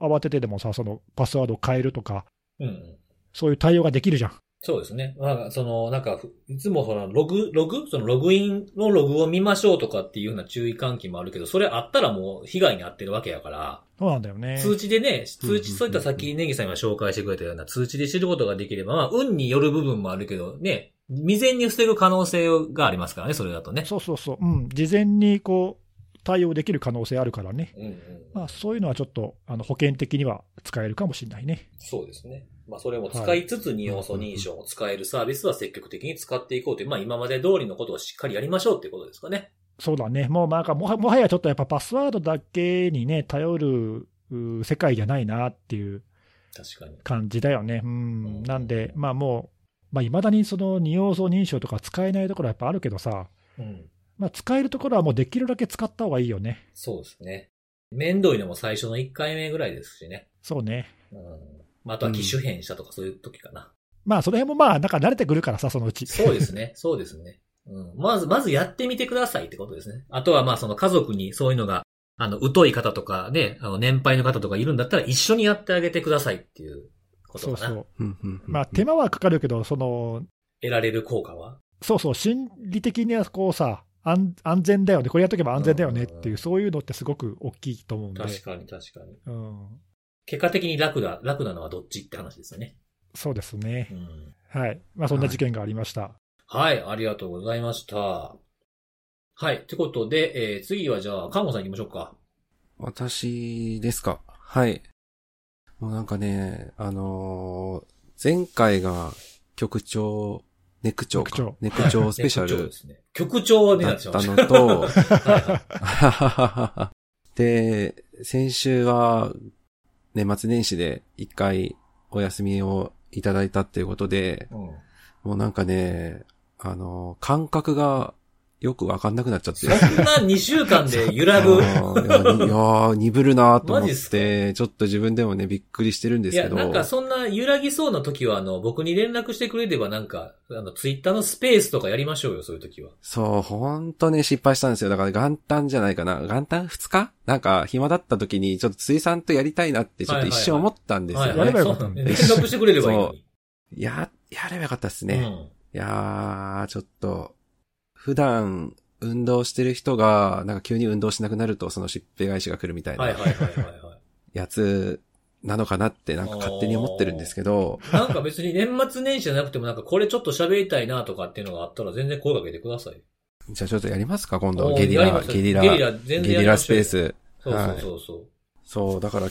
B: う、慌ててでもさ、そのパスワードを変えるとか、
A: う。うんうん。
B: そういう対応ができるじゃん。
A: そうですね。まあ、その、なんか、いつもその、ログ、ログそのログインのログを見ましょうとかっていうような注意喚起もあるけど、それあったらもう被害に遭ってるわけやから、
B: そうなんだよね。
A: 通知でね、通知、
C: うん
A: そういったさっきネギさんが紹介してくれたような通知で知ることができれば、まあ、運による部分もあるけど、ね、未然に防ぐ可能性がありますからね、それだとね。
B: そうそうそう、うん、事前にこう、対応できる可能性あるからね。
A: うんうん。
B: まあ、そういうのはちょっと、あの、保険的には使えるかもしれないね。
A: そうですね。まあそれも使いつつ二要素認証を使えるサービスは積極的に使っていこうという、まあ今まで通りのことをしっかりやりましょうっていうことですかね。
B: そうだね。もうなんかもは、もはやちょっとやっぱパスワードだけにね、頼るう世界じゃないなっていう
A: 確かに。
B: 感じだよね。う
A: うん
B: ん。なんで、まあもう、まあ、未だにその二要素認証とか使えないところはやっぱあるけどさ、
A: うん。
B: まあ、使えるところはもうできるだけ使った方がいいよね。
A: そうですね。面倒いのも最初の1回目ぐらいですしね。
B: そうね。
A: うん。まああとは機種変したとかそういう時かな。
B: まあ、その辺もまあ、なんか慣れてくるからさ、そのうち。
A: そうです ね。そうですね。うん。まず、まずやってみてくださいってことですね。あとは、まあ、その家族にそういうのが、あの、疎い方とかね、あの、年配の方とかいるんだったら一緒にやってあげてくださいっていうこと
B: そう
A: かな。
B: そう。
C: うんうんうん
B: まあ、手間はかかるけど、その、
A: 得られる効果は
B: そうそう、心理的にはこうさ、安安全だよね、これやっとけば安全だよねって
A: うんうん
B: いうう、
A: ん
B: そういうのってすごく大きいと思うんで、
A: 確かに確かに。
B: うん、
A: 結果的に楽だ、楽なのはどっちって話ですよね。
B: そうです
A: う
B: ね。
A: ん。
B: はい。まあ、そんな事件がありました。
A: はい、ありがとうございました。はい、ってことで、えー、次はじゃあ、看護さん行きましょうか。
C: 私ですか。はい。もうなんかね、あのー前回が局長、ネク長か。ネク 長スペシャ
A: ね局長
C: ル
A: ですね。局長はね、
C: だ
A: な
C: っ
A: っちゃ
C: たのと、
A: は
C: で、先週は、年末年始で一回お休みをいただいたっていうことで
A: い、うん。
C: もうなんかね、あの、感覚がよくわかんなくなっちゃって。
A: そんな2週間で揺らぐ。
C: あーいやにいやー、鈍るなーと思
A: マジっ
C: っ
A: す
C: て、ちょっと自分でもね、びっくりしてるんで
A: い
C: すけ
A: や、
C: ど。
A: なんかそんな揺らぎそうな時は、あの、僕に連絡してくれれば、なんか、あの、ツイッターのスペースとかやりましょうよ、そういう時は。
C: そう、ほんとね、失敗したんですよ。だから元旦じゃないかな。元旦2日なんか、暇だった時に、ちょっと水産とやりたいなって、ちょっと一瞬思ったんですよね。
B: はいはいはいやればよか
A: そ
B: っ
A: うなん
B: たの
A: で
B: に
A: 連絡してくれればいいのに。
C: や、やればよかったです
A: う
C: ね。
A: ん。
C: いやー、ちょっと、普段、運動してる人が、なんか急に運動しなくなると、そのしっぺ返しが来るみたい
A: はい
C: な
A: はいはいはいはい。
C: やつなのかなって、なんか勝手に思ってるんですけど、
A: なんか別に年末年始じゃなくてもなんかこれちょっと喋りたいなとかっていうのがあったら全然声かけてください。
C: じゃあちょっとやりますか今度。
A: おー
C: ゲリ
A: やりま
C: ラ、
A: すよ
C: ゲリラ、
A: ゲ
C: ゲ
A: リ
C: リ
A: ラ
C: ラ
A: 全然やりま
C: ス
A: しょう
C: ペ
A: よ
C: ース。
A: そうそうそうそう。
C: そう、だから、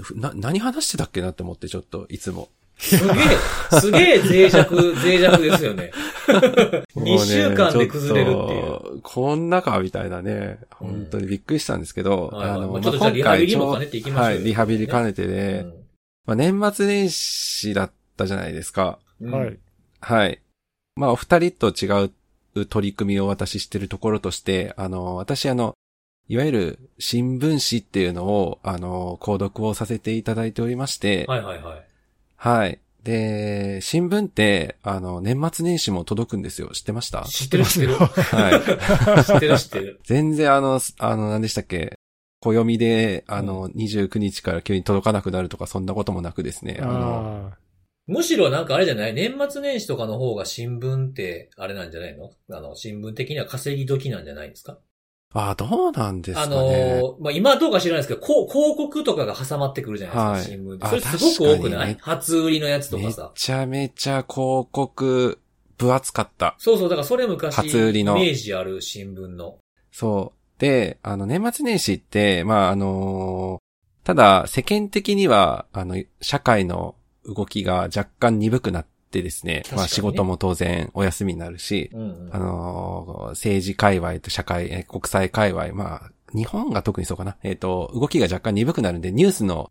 C: ふな、何話してたっけなって思って、ちょっと、いつも。
A: すげえ、すげえ脆弱、脆弱ですよね。2週間で崩れるっていう。
C: う。こんなか、みたいなね。本当にびっくりしたんですけど、
A: はいはい
C: の、
A: まあ
C: ま
A: ちょっとじゃあリハビリも兼ねていきましょうよ
C: はい、リハビリ兼ねて ね、
A: うん
C: まあ、年末年始だったじゃないですか。
A: うん
B: はい。
C: はい。まあ、お二人と違う取り組みを私してるところとして、あの、私あの、いわゆる新聞紙っていうのを、あの、購読をさせていただいておりまして、
A: はいはいはい。
C: はい。で、新聞って、あの、年末年始も届くんですよ。知ってました
A: 知ってる知ってる。
C: は い。
A: 知ってる知ってる。
C: 全然あの、すあの、何でしたっけ暦で、あの、29日から急に届かなくなるとか、そんなこともなくです ね。あの、
B: あ
A: むしろなんかあれじゃない年末年始とかの方が新聞って、あれなんじゃないのあの、新聞的には稼ぎ時なんじゃないですか
C: ああ、どうなんですか
A: あ
C: ね。
A: のーまあ、今はどうか知らないですけど、こう広告とかが挟まってくるじゃないですか、新聞で。
C: あ
A: それすごく多く
C: 確
A: な
C: か
A: い、
C: にね
A: 初売りのやつとか
C: め
A: さ。
C: ちゃめちゃ広告、分厚かった。
A: そうそう、だからそれ昔、
C: 初売りの
A: イメージある新聞の。
C: そう。で、あの、年末年始って、まあ、あのーただ、世間的には、あの、社会の動きが若干鈍くなってですね、
A: 確かにね
C: まあ、仕事も当然お休みになるし、
A: うん、うん。
C: あのー政治界隈と社会、え国際界隈、まあ、日本が特にそうかな。えっ、と、動きが若干鈍くなるんで、ニュースの、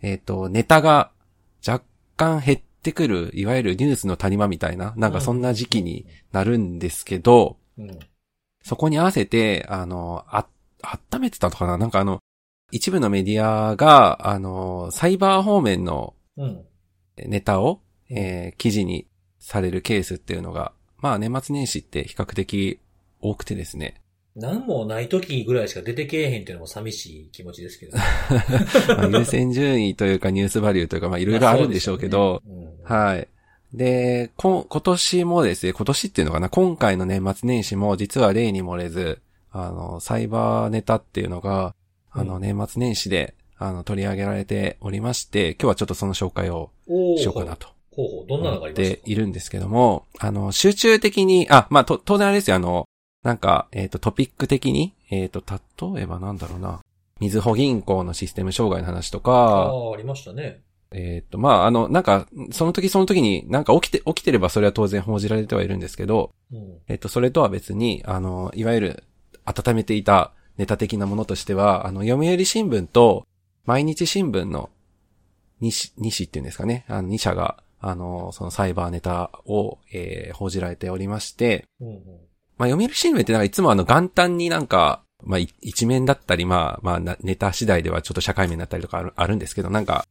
C: えっ、と、ネタが若干減ってくる、いわゆるニュースの谷間みたいな、なんかそんな時期になるんですけど、
A: うん。
C: そこに合わせて、あの、あ、温めてたのかななんかあの、一部のメディアが、あの、サイバー方面の
A: うん。
C: ネタを、えー記事にされるケースっていうのが、まあ年末年始って比較的多くてですね。
A: なんもない時ぐらいしか出てけえへんっていうのも寂しい気持ちですけど。
C: まあ優先順位というかニュースバリューというか、まあいろいろあるんでしょうけど、
A: そうでしょうね、うん
C: はい。で、こ、今年もですね、今年っていうのかな、今回の年末年始も実は例に漏れず、あの、サイバーネタっていうのが、あ
A: う
C: の、
A: ん
C: 年末年始で、あの、取り上げられておりまして、今日はちょっとその紹介を
A: おー
C: しようかなと
A: ほうほう、どんな
C: 思
A: のがあ
C: っ
A: りましてた
C: いるんですけども、あの、集中的に、あ、まあ、と当然あれですよ、あの、なんか、えっ、と、トピック的に、えっ、と、例えばなんだろうな。水穂銀行のシステム障害の話と
A: あ
C: か、
A: あ、ありましたね。
C: えっ、と、まあ、あの、なんか、その時その時に、なんか起きて、起きてればそれは当然報じられてはいるんですけど、
A: うん。
C: えっ、と、それとは別に、あの、いわゆる、温めていたネタ的なものとしては、あの、読売新聞と、毎日新聞の2し、2紙っていうんですかね、あの、2社が、あの、そのサイバーネタを、えー報じられておりまして、
A: うんうん。
C: まあ、読売新聞ってなんかいつもあの元旦になんか、まあ、い一面だったり、まあ、まあな、ネタ次第ではちょっと社会面だったりとかあるあるんですけど、なんか、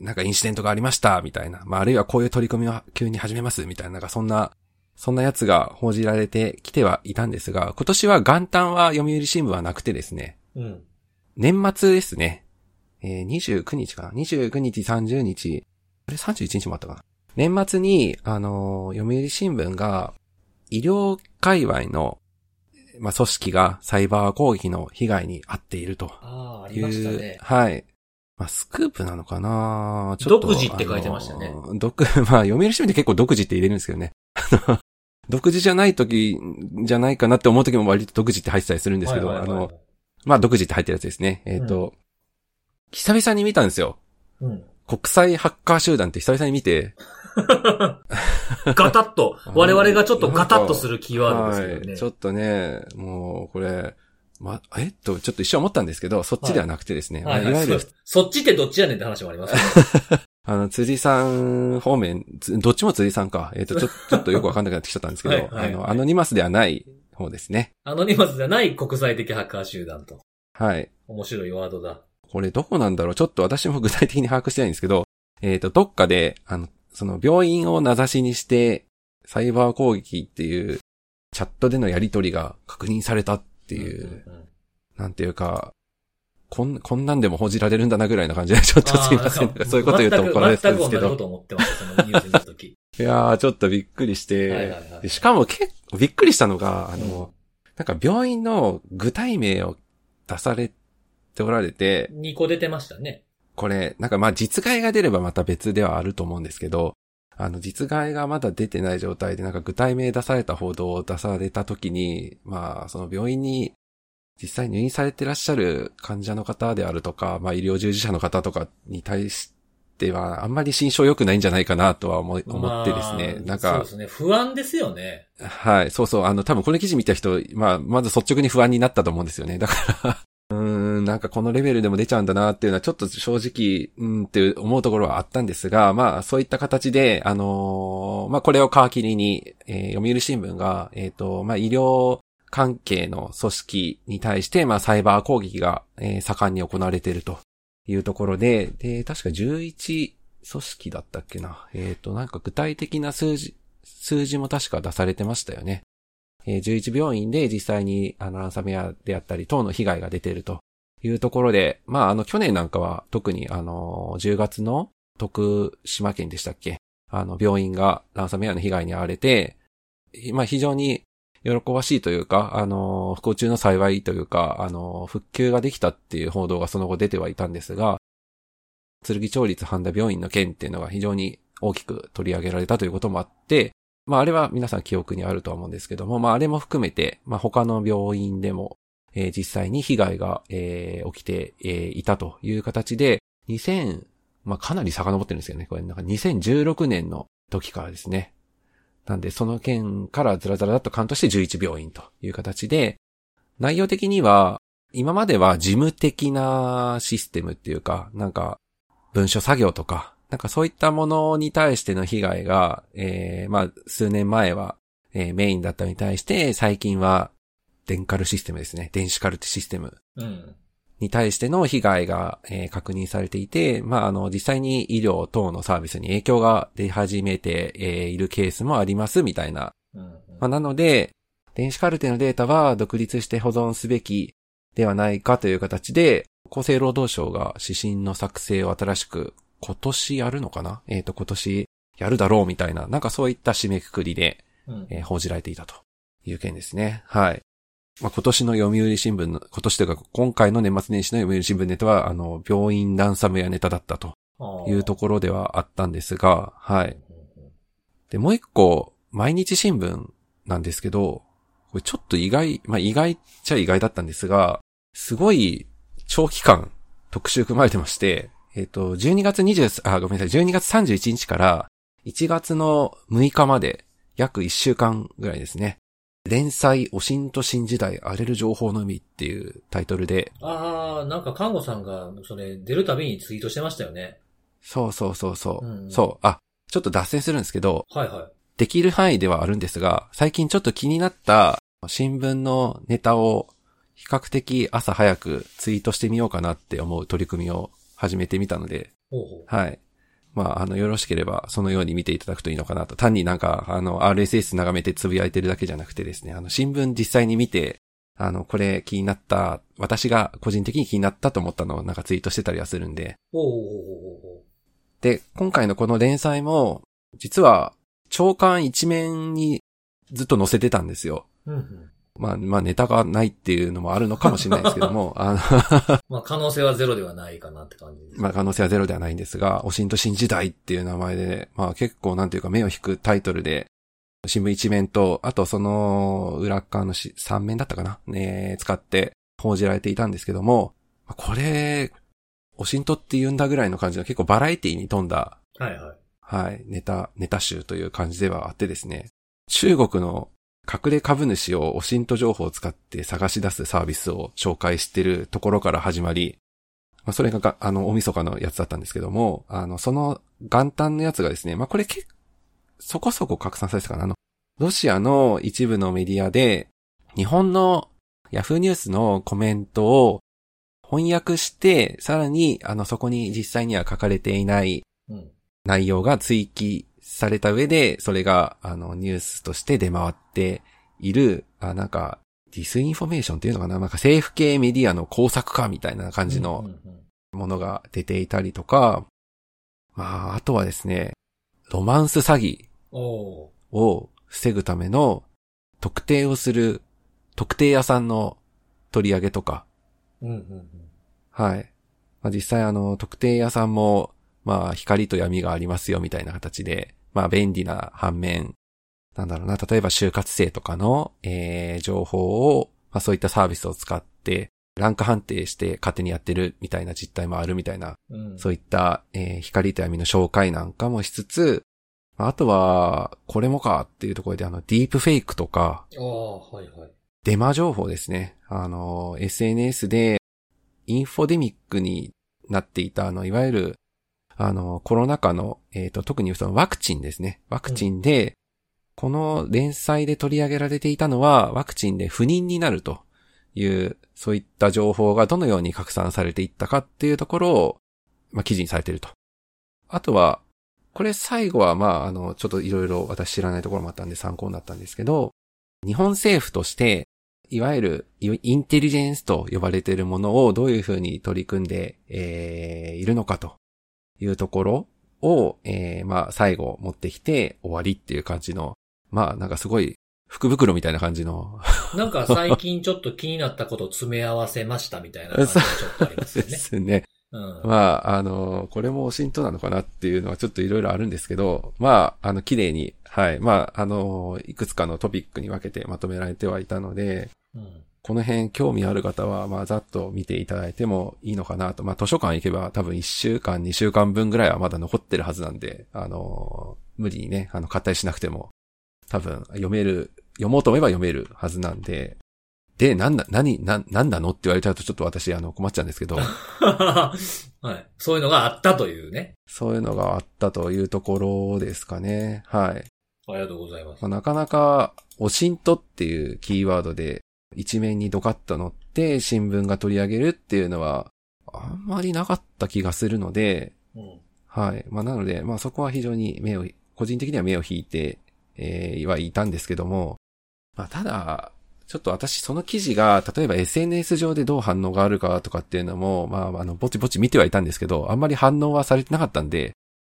C: なんかインシデントがありました、みたいな。まあ、あるいはこういう取り組みを急に始めます、みたいな。なんかそんな、そんなやつが報じられてきてはいたんですが、今年は元旦は読売新聞はなくてですね、
A: うん。
C: 年末ですね。えー、29日かな ?29 日、30日。あれ ?31 日もあったかな年末に、あのー読売新聞が、医療界隈の、まあ、組織がサイバー攻撃の被害に遭っていると
A: ああ、あ
C: い
A: り
C: う。
A: ましたね。
C: はい。まあ、スクープなのかなち
A: 独自って書いてましたね
C: あのー独、 まあ、読売新聞って結構独自って入れるんですけどね。あの独自じゃない時じゃないかなって思う時も割と独自って入ってたりするんですけど、
A: はいはい
C: あ
A: はい
C: の、まあ、独自って入ってるやつですね。えっ、と、久々に見たんですよ。
A: うん。
C: 国際ハッカー集団って久々に見て、
A: ガタッ と、我々がちょっとガタッとするキーワードですけどね。
C: はいちょっとね、もう、これ、ま、えっと、ちょっと一瞬思ったんですけど、そっちではなくてですね、
A: はい
C: まあいわゆる、
A: そうそっちってどっちやねんって話もありますね。
C: あの、辻さん方面、つどっちも辻さんか、えっと、ちょちょっとよくわかんなくなってきちゃったんですけど、
A: はいはい
C: あの、アノニマスではない方ですね。
A: アノニマスじゃない国際的ハッカー集団と。
C: はい。
A: 面白いワードだ。
C: これどこなんだろうちょっと私も具体的に把握してないんですけど、 えっ、と、どっかで、あの、その病院を名指しにして、サイバー攻撃っていう、チャットでのやりとりが確認されたっていう、
A: うんうんうん
C: なんていうか、こん、こんなんでも報じられるんだなぐらいな感じで、ちょっとすいません。なんかそういうこと言って怒られてたんです
A: 全く同
C: け
A: じこ
C: ど。
A: と思ってました、そのニュースの 時。
C: いやー、ちょっとびっくりして、
A: はいはいはい
C: でしかも結構びっくりしたのが、あ
A: う
C: の
A: ん、
C: なんか病院の具体名を出されておられて、
A: 2個出てましたね。
C: これ、なんかまあ実害が出ればまた別ではあると思うんですけど、あの実害がまだ出てない状態でなんか具体名出された報道を出された時に、まあその病院に実際入院されてらっしゃる患者の方であるとか、まあ医療従事者の方とかに対してはあんまり心象良くないんじゃないかなとは思い思ってですね。
A: まあ
C: なん
A: そう
C: か
A: で、すね。不安ですよね。
C: はい、そうそう、あの、多分この記事見た人、まあ、まず率直に不安になったと思うんですよね。だから、う ーん、なんかこのレベルでも出ちゃうんだなっていうのは、ちょっと正直、うんって思うところはあったんですが、まあ、そういった形で、あのーまあ、これを皮切りに、えー読売新聞が、えっ、と、まあ、医療関係の組織に対して、まあ、サイバー攻撃が、えー盛んに行われているというところで、で、確か11組織だったっけな。えっ、と、なんか具体的な数字、数字も確か出されてましたよね。えー11病院で実際にあのランサムウェアであったり等の被害が出ているというところで、まあ、あの、去年なんかは特にあの、10月の徳島県でしたっけあの、病院がランサムウェアの被害に遭われて、まあ、非常に喜ばしいというか、あの、不幸中の幸いというか、あの、復旧ができたっていう報道がその後出てはいたんですが、剣町立半田病院の件っていうのが非常に大きく取り上げられたということもあって、まああれは皆さん記憶にあるとは思うんですけども、まああれも含めて、まあ他の病院でも、えー実際に被害が、えー起きて、えーいたという形で、2000、まあかなり遡ってるんですよね。これなんか2016年の時からですね。なんでその件からずらずらだと関として11病院という形で、内容的には、今までは事務的なシステムっていうか、なんか、文書作業とか、なんかそういったものに対しての被害が、えー、まあ、数年前は、えーメインだったのに対して、最近は、電カルシステムですね。電子カルテシステム
A: うん。
C: に対しての被害が、えー確認されていて、まあ、あの、実際に医療等のサービスに影響が出始めて、えーいるケースもあります、みたいな
A: うん。
C: まあ、なので、電子カルテのデータは独立して保存すべきではないかという形で、厚生労働省が指針の作成を新しく今年やるのかなえっ、と、今年やるだろうみたいな、なんかそういった締めくくりで、
A: うん
C: えー報じられていたという件ですね。はい。まあ、今年の読売新聞の、今年というか今回の年末年始の読売新聞ネタは、あの、病院ランサムやネタだったというところではあったんですが、はい。で、もう一個、毎日新聞なんですけど、これちょっと意外、まあ意外っちゃ意外だったんですが、すごい長期間特集組まれてまして、えっ、と、12月20、あ、ごめんなさい、12月31日から1月の6日まで約1週間ぐらいですね。連載、おしんと新時代、荒れる情報の海っていうタイトルで、
A: ああ、なんか看護さんが、それ、出るたびにツイートしてましたよね。
C: そうそうそうそう、
A: うんうん
C: そう、あ、ちょっと脱線するんですけど、
A: はいはい。
C: できる範囲ではあるんですが、最近ちょっと気になった新聞のネタを比較的朝早くツイートしてみようかなって思う取り組みを始めてみたので、
A: ほうほ
C: はい。まあ、あの、よろしければそのように見ていただくといいのかなと。単になんか、あの、RSS 眺めてつぶやいてるだけじゃなくてですね、あの、新聞実際に見て、あの、これ気になった、私が個人的に気になったと思ったのをなんかツイートしてたりはするんで、
A: う。ほうほうほうほうほうほ
C: で、今回のこの連載も、実は、長官一面にずっと載せてたんですよ。
A: う。うんうん。
C: まあ、まあ、ネタがないっていうのもあるのかもしれないですけども、あの、
A: まあ、可能性はゼロではないかなって感じです。
C: まあ、可能性はゼロではないんですが、おしんと新時代っていう名前で、まあ、結構なんていうか目を引くタイトルで、新聞一面と、あとその裏側のし3面だったかなね、使って報じられていたんですけども、まあこれ、おしんとって言うんだぐらいの感じの結構バラエティに富んだ
A: はいはい。
C: はい、ネタ、ネタ集という感じではあってですね、中国の隠れ株主をオシント情報を使って探し出すサービスを紹介してるところから始まり、まあ、それがが、あの、大晦日のやつだったんですけども、あの、その元旦のやつがですね、まあ、これ結構、そこそこ拡散されてたかな。あの、ロシアの一部のメディアで、日本のヤフーニュースのコメントを翻訳して、さらに、あの、そこに実際には書かれていない
A: うん。
C: 内容が追記された上で、それが、あの、ニュースとして出回っている、あ、なんか、ディスインフォメーションっていうのかななんか政府系メディアの工作かみたいな感じ
A: うん
C: の
A: うんうん
C: ものが出ていたりとか、まあ、あとはですね、ロマンス詐欺
A: おー
C: を防ぐための特定をする特定屋さんの取り上げとか、
A: うんうんうん。
C: はい。まあ、実際あの、特定屋さんも、まあ、光と闇がありますよみたいな形で、まあ、便利な反面、なんだろうな、例えば就活生とかの、えー、情報を、まあ、そういったサービスを使って、ランク判定して勝手にやってるみたいな実態もあるみたいな
A: うん、
C: そういった、えー光と闇の紹介なんかもしつつ、あとは、これもかっていうところで、あの、ディープフェイクとか、
A: ああ、はいはい。
C: デマ情報ですね。あの、SNS で、インフォデミックになっていた、あの、いわゆる、あの、コロナ禍の、えっ、と、特にそのワクチンですね。ワクチンで、この連載で取り上げられていたのは、ワクチンで不妊になるという、そういった情報がどのように拡散されていったかっていうところを、まあ、記事にされていると。あとは、これ最後は、まあ、あの、ちょっといろいろ私知らないところもあったんで参考になったんですけど、日本政府として、いわゆるイインテリジェンスと呼ばれているものをどういうふうに取り組んで、えーいるのかというところを、えーまあ、最後持ってきて終わりっていう感じの、まあ、なんかすごい福袋みたいな感じの、
A: なんか最近ちょっと気になったことを詰め合わせましたみたいな感じがちょっとあります
C: で
A: よね。
C: すね。
A: うん。
C: まあ、あの、これも浸透なのかなっていうのはちょっといろいろあるんですけど、まあ、あの、綺麗に、はい。まあ、あの、いくつかのトピックに分けてまとめられてはいたので、
A: うん
C: この辺興味ある方は、まあ、ざっと見ていただいてもいいのかなと。まあ、図書館行けば多分1週間、2週間分ぐらいはまだ残ってるはずなんで、あの、無理にね、あの、買ったりしなくても、多分読める、読もうと思えば読めるはずなんで、で、なんだ、何、な、なんなのって言われちゃうとちょっと私、あの、困っちゃうんですけど、
A: はい。そういうのがあったというね。
C: そういうのがあったというところですかね。はい。
A: ありがとうございます。
C: まあなかなか、おしんとっていうキーワードで、一面にドカッと載って新聞が取り上げるっていうのは、あんまりなかった気がするので、
A: うん。
C: はい。まあ、なので、まあ、そこは非常に目を、個人的には目を引いて、えーはいたんですけども、まあ、ただ、ちょっと私、その記事が、例えば SNS 上でどう反応があるかとかっていうのも、まあ、あの、ぼちぼち見てはいたんですけど、あんまり反応はされてなかったんで、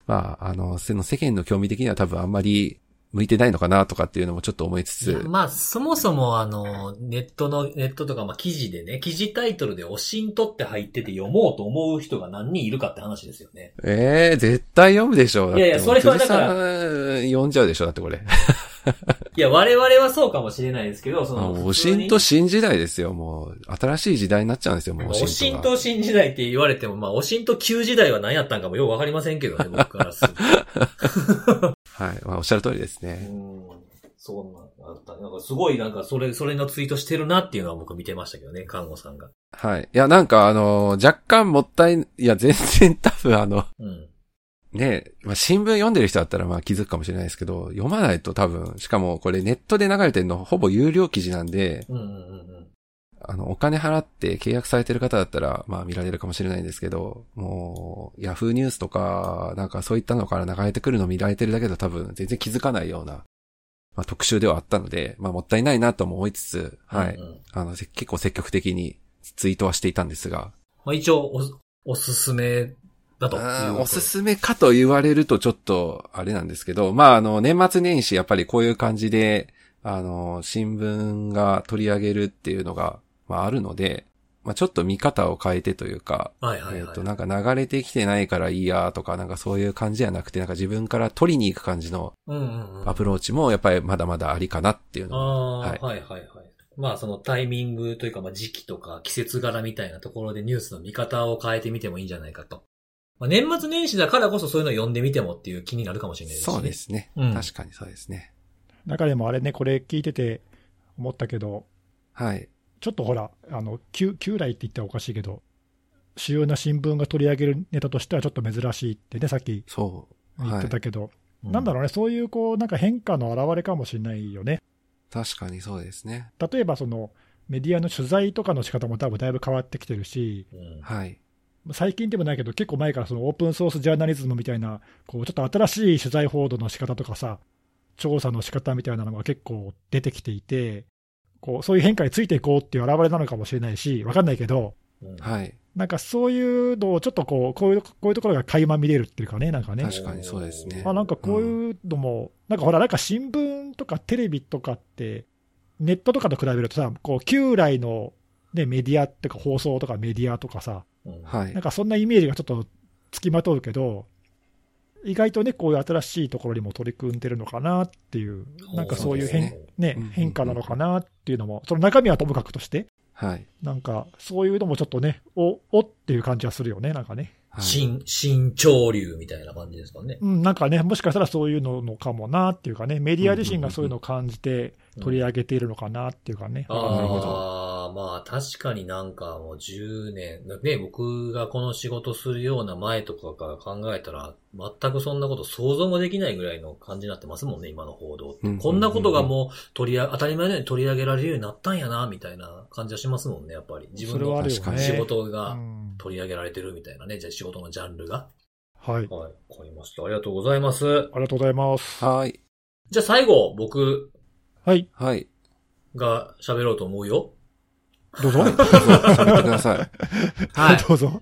C: まあ、あの、その世間の興味的には多分あんまり向いてないのかなとかっていうのもちょっと思いつ
A: いや
C: つ、
A: まあ、そもそもあの、ネットの、ネットとか、まあ、記事でね、記事タイトルでおしんとって入ってて読もうと思う人が何人いるかって話ですよね。
C: ええ絶対読むでしょ。だって
A: いやいやそれはだから
C: もう辻さん読んじゃうでしょ、だってこれ。
A: いや、我々はそうかもしれないですけど、そ
C: あ
A: の、
C: もう、おしんと新時代ですよ。もう、新しい時代になっちゃうんですよ、もう、
A: おしん
C: が
A: と新時代って言われても、まあ、おしんと旧時代は何やったんかもよくわかりませんけ どね、僕からすると。
C: はい。まあ、おっしゃる通りですね。
A: うん。そうなんだった。なんかすごい、なんかそれ、それのツイートしてるなっていうのは僕見てましたけどね、看護さんが。
C: はい。いや、なんか、あのー若干もったい、いや、全然多分あの、
A: うん。
C: ね、まあ、新聞読んでる人だったら、まあ、気づくかもしれないですけど、読まないと多分、しかも、これネットで流れてるの、ほぼ有料記事なんで、
A: うんうんうんうん。
C: あの、お金払って契約されてる方だったら、まあ、見られるかもしれないんですけど、もう、ヤフーニュースとか、なんかそういったのから流れてくるの見られてるだけだと多分、全然気づかないような、まあ、特集ではあったので、まあ、もったいないなとも思いつつ、はい。
A: うんうん
C: あの、せ結構積極的にツイートはしていたんですが、
A: まあ一応、お、おすすめだということで
C: うんおすすめかと言われるとちょっと、あれなんですけど、まあ、あの、年末年始、やっぱりこういう感じで、あの、新聞が取り上げるっていうのが、まあ、あるので、まあ、ちょっと見方を変えてというか、
A: はいはいはい。
C: えっ、と、なんか流れてきてないからいいやとか、なんかそういう感じじゃなくて、なんか自分から取りに行く感じの
A: うんうんうん。
C: アプローチも、やっぱりまだまだありかなっていう
A: あ
C: のは
A: あ、は
C: はいい、
A: はいはいまあそのタイミングというか、まあ時期とか季節柄みたいなところでニュースの見方を変えてみてもいいんじゃないかと。まあ年末年始だからこそそういうの読んでみてもっていう気になるかもしれないですね。
C: そうで。すね。
A: うん
C: 確かにそうですね。
B: 中でもあれね、これ聞いてて思ったけど、
C: はい。
B: ちょっとほら、あの旧旧来って言ったらおかしいけど、主要な新聞が取り上げるネタとしてはちょっと珍しいってね、さっき
C: そう。
B: 言っ
C: は
B: て
C: い。
B: たけど、なんだろうね、そういうこうなんか変化の表れかもしれないよね。
C: 確かにそうですね。
B: 例えばそのメディアの取材とかの仕方も多分だいぶ変わってきてるし、
A: うん。うん。
C: はい。
B: 最近でもないけど、結構前からそのオープンソースジャーナリズムみたいな、こうちょっと新しい取材報道の仕方とかさ、調査の仕方みたいなのが結構出てきていて、こうそういう変化についていこうっていう表れなのかもしれないし、わかんないけど、
A: うん
C: はい。
B: なんかそういうのをちょっとこう、こういうこういうところが垣間見れるっていうかね、なんかね。
C: 確かにそうですね。
B: あなんかこういうのも、なんかほら、なんか新聞とかテレビとかって、ネットとかと比べるとさ、こう旧来の、ね、メディアっていうか、放送とかメディアとかさ、
A: うん
C: は
B: なん
C: い。
B: かそんなイメージがちょっとつきまとうけど、意外とね、こういう新しいところにも取り組んでるのかなっていう、なんかそういう変
A: そう
B: ね
C: うんうんうん
B: 変化なのかなっていうのも、その中身はともかくとして、
C: はい。
B: なんかそういうのもちょっとね、おおっていう感じはするよね、なんかね。
C: はい。
A: 新、新潮流みたいな感じですかね。
B: うん、なんかね、もしかしたらそういうののかもなっていうかね、メディア自身がそういうのを感じて取り上げているのかなっていうかね、わかんないけど
A: ああ、まあ確かになんかもう10年、ね、僕がこの仕事するような前とかから考えたら、全くそんなこと想像もできないぐらいの感じになってますもんね、今の報道って。
C: うん
A: こんなことがもう取りあ、当たり前のように取り上げられるようになったんやな、みたいな感じはしますもんね、やっぱり。自分
B: それはあ
A: の
B: るよ
C: 確
B: ね。
C: かに
A: 仕事
B: う
A: が
B: ん
A: 取り上げられてるみたいなね、じゃあ仕事のジャンルが。
B: はい。
A: はい、わかりました。ありがとうございます。
B: ありがとうございます。
C: はい。
A: じゃあ最後、僕
B: はい、
C: はい。
A: が喋ろうと思うよ。
B: どうぞ。
C: どうぞ、喋ってください。
A: はい
B: 。どうぞ。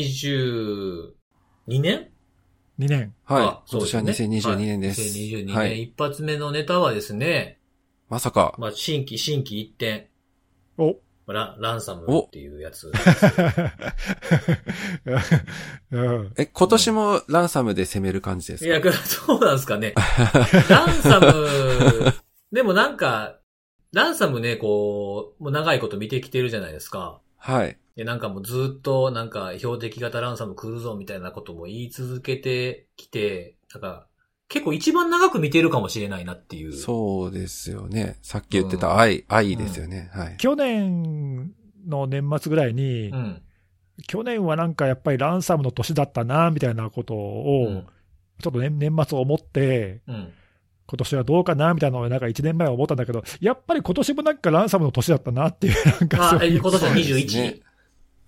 A: 2022年
B: 2年。
C: は
A: あ
C: い。
A: そ
C: 今
A: う
C: 年
A: す
C: は
A: ね
C: 2022年です。
A: はい2022年、
C: はい。
A: 一発目のネタはですね、
C: まさか。
A: まあ、新規、新規一点、
B: お
A: ラランサムっていうやつ。
B: うん
C: え、今年もランサムで攻める感じで
A: い
C: す
A: や、こ
C: か
A: れそうなんですか ね。ランサム、でもなんか、ランサムね、こう、もう長いこと見てきてるじゃないですか。
C: はい。
A: で、なんかもうずっと、なんか、標的型ランサム来るぞみたいなことも言い続けてきて、なんか、結構一番長く見てるかもしれないなっていう。
C: そうですよね。さっき言って
A: うん
C: た愛、愛ですよね。はい。
B: 去年の年末ぐらいに、
A: うん。
B: 去年はなんかやっぱりランサムの年だったな、みたいなこと
A: う
B: を、
A: ん。
B: ちょっと、ね、年末思って、
A: うん。
B: 今年はどうかなみたいなのをなんか1年前は思ったんだけど、やっぱり今年もなんかランサムの年だったなっていう、なんか
A: あ
B: そ、う
A: え
B: いう
A: 今年は
C: そうですね
A: 21。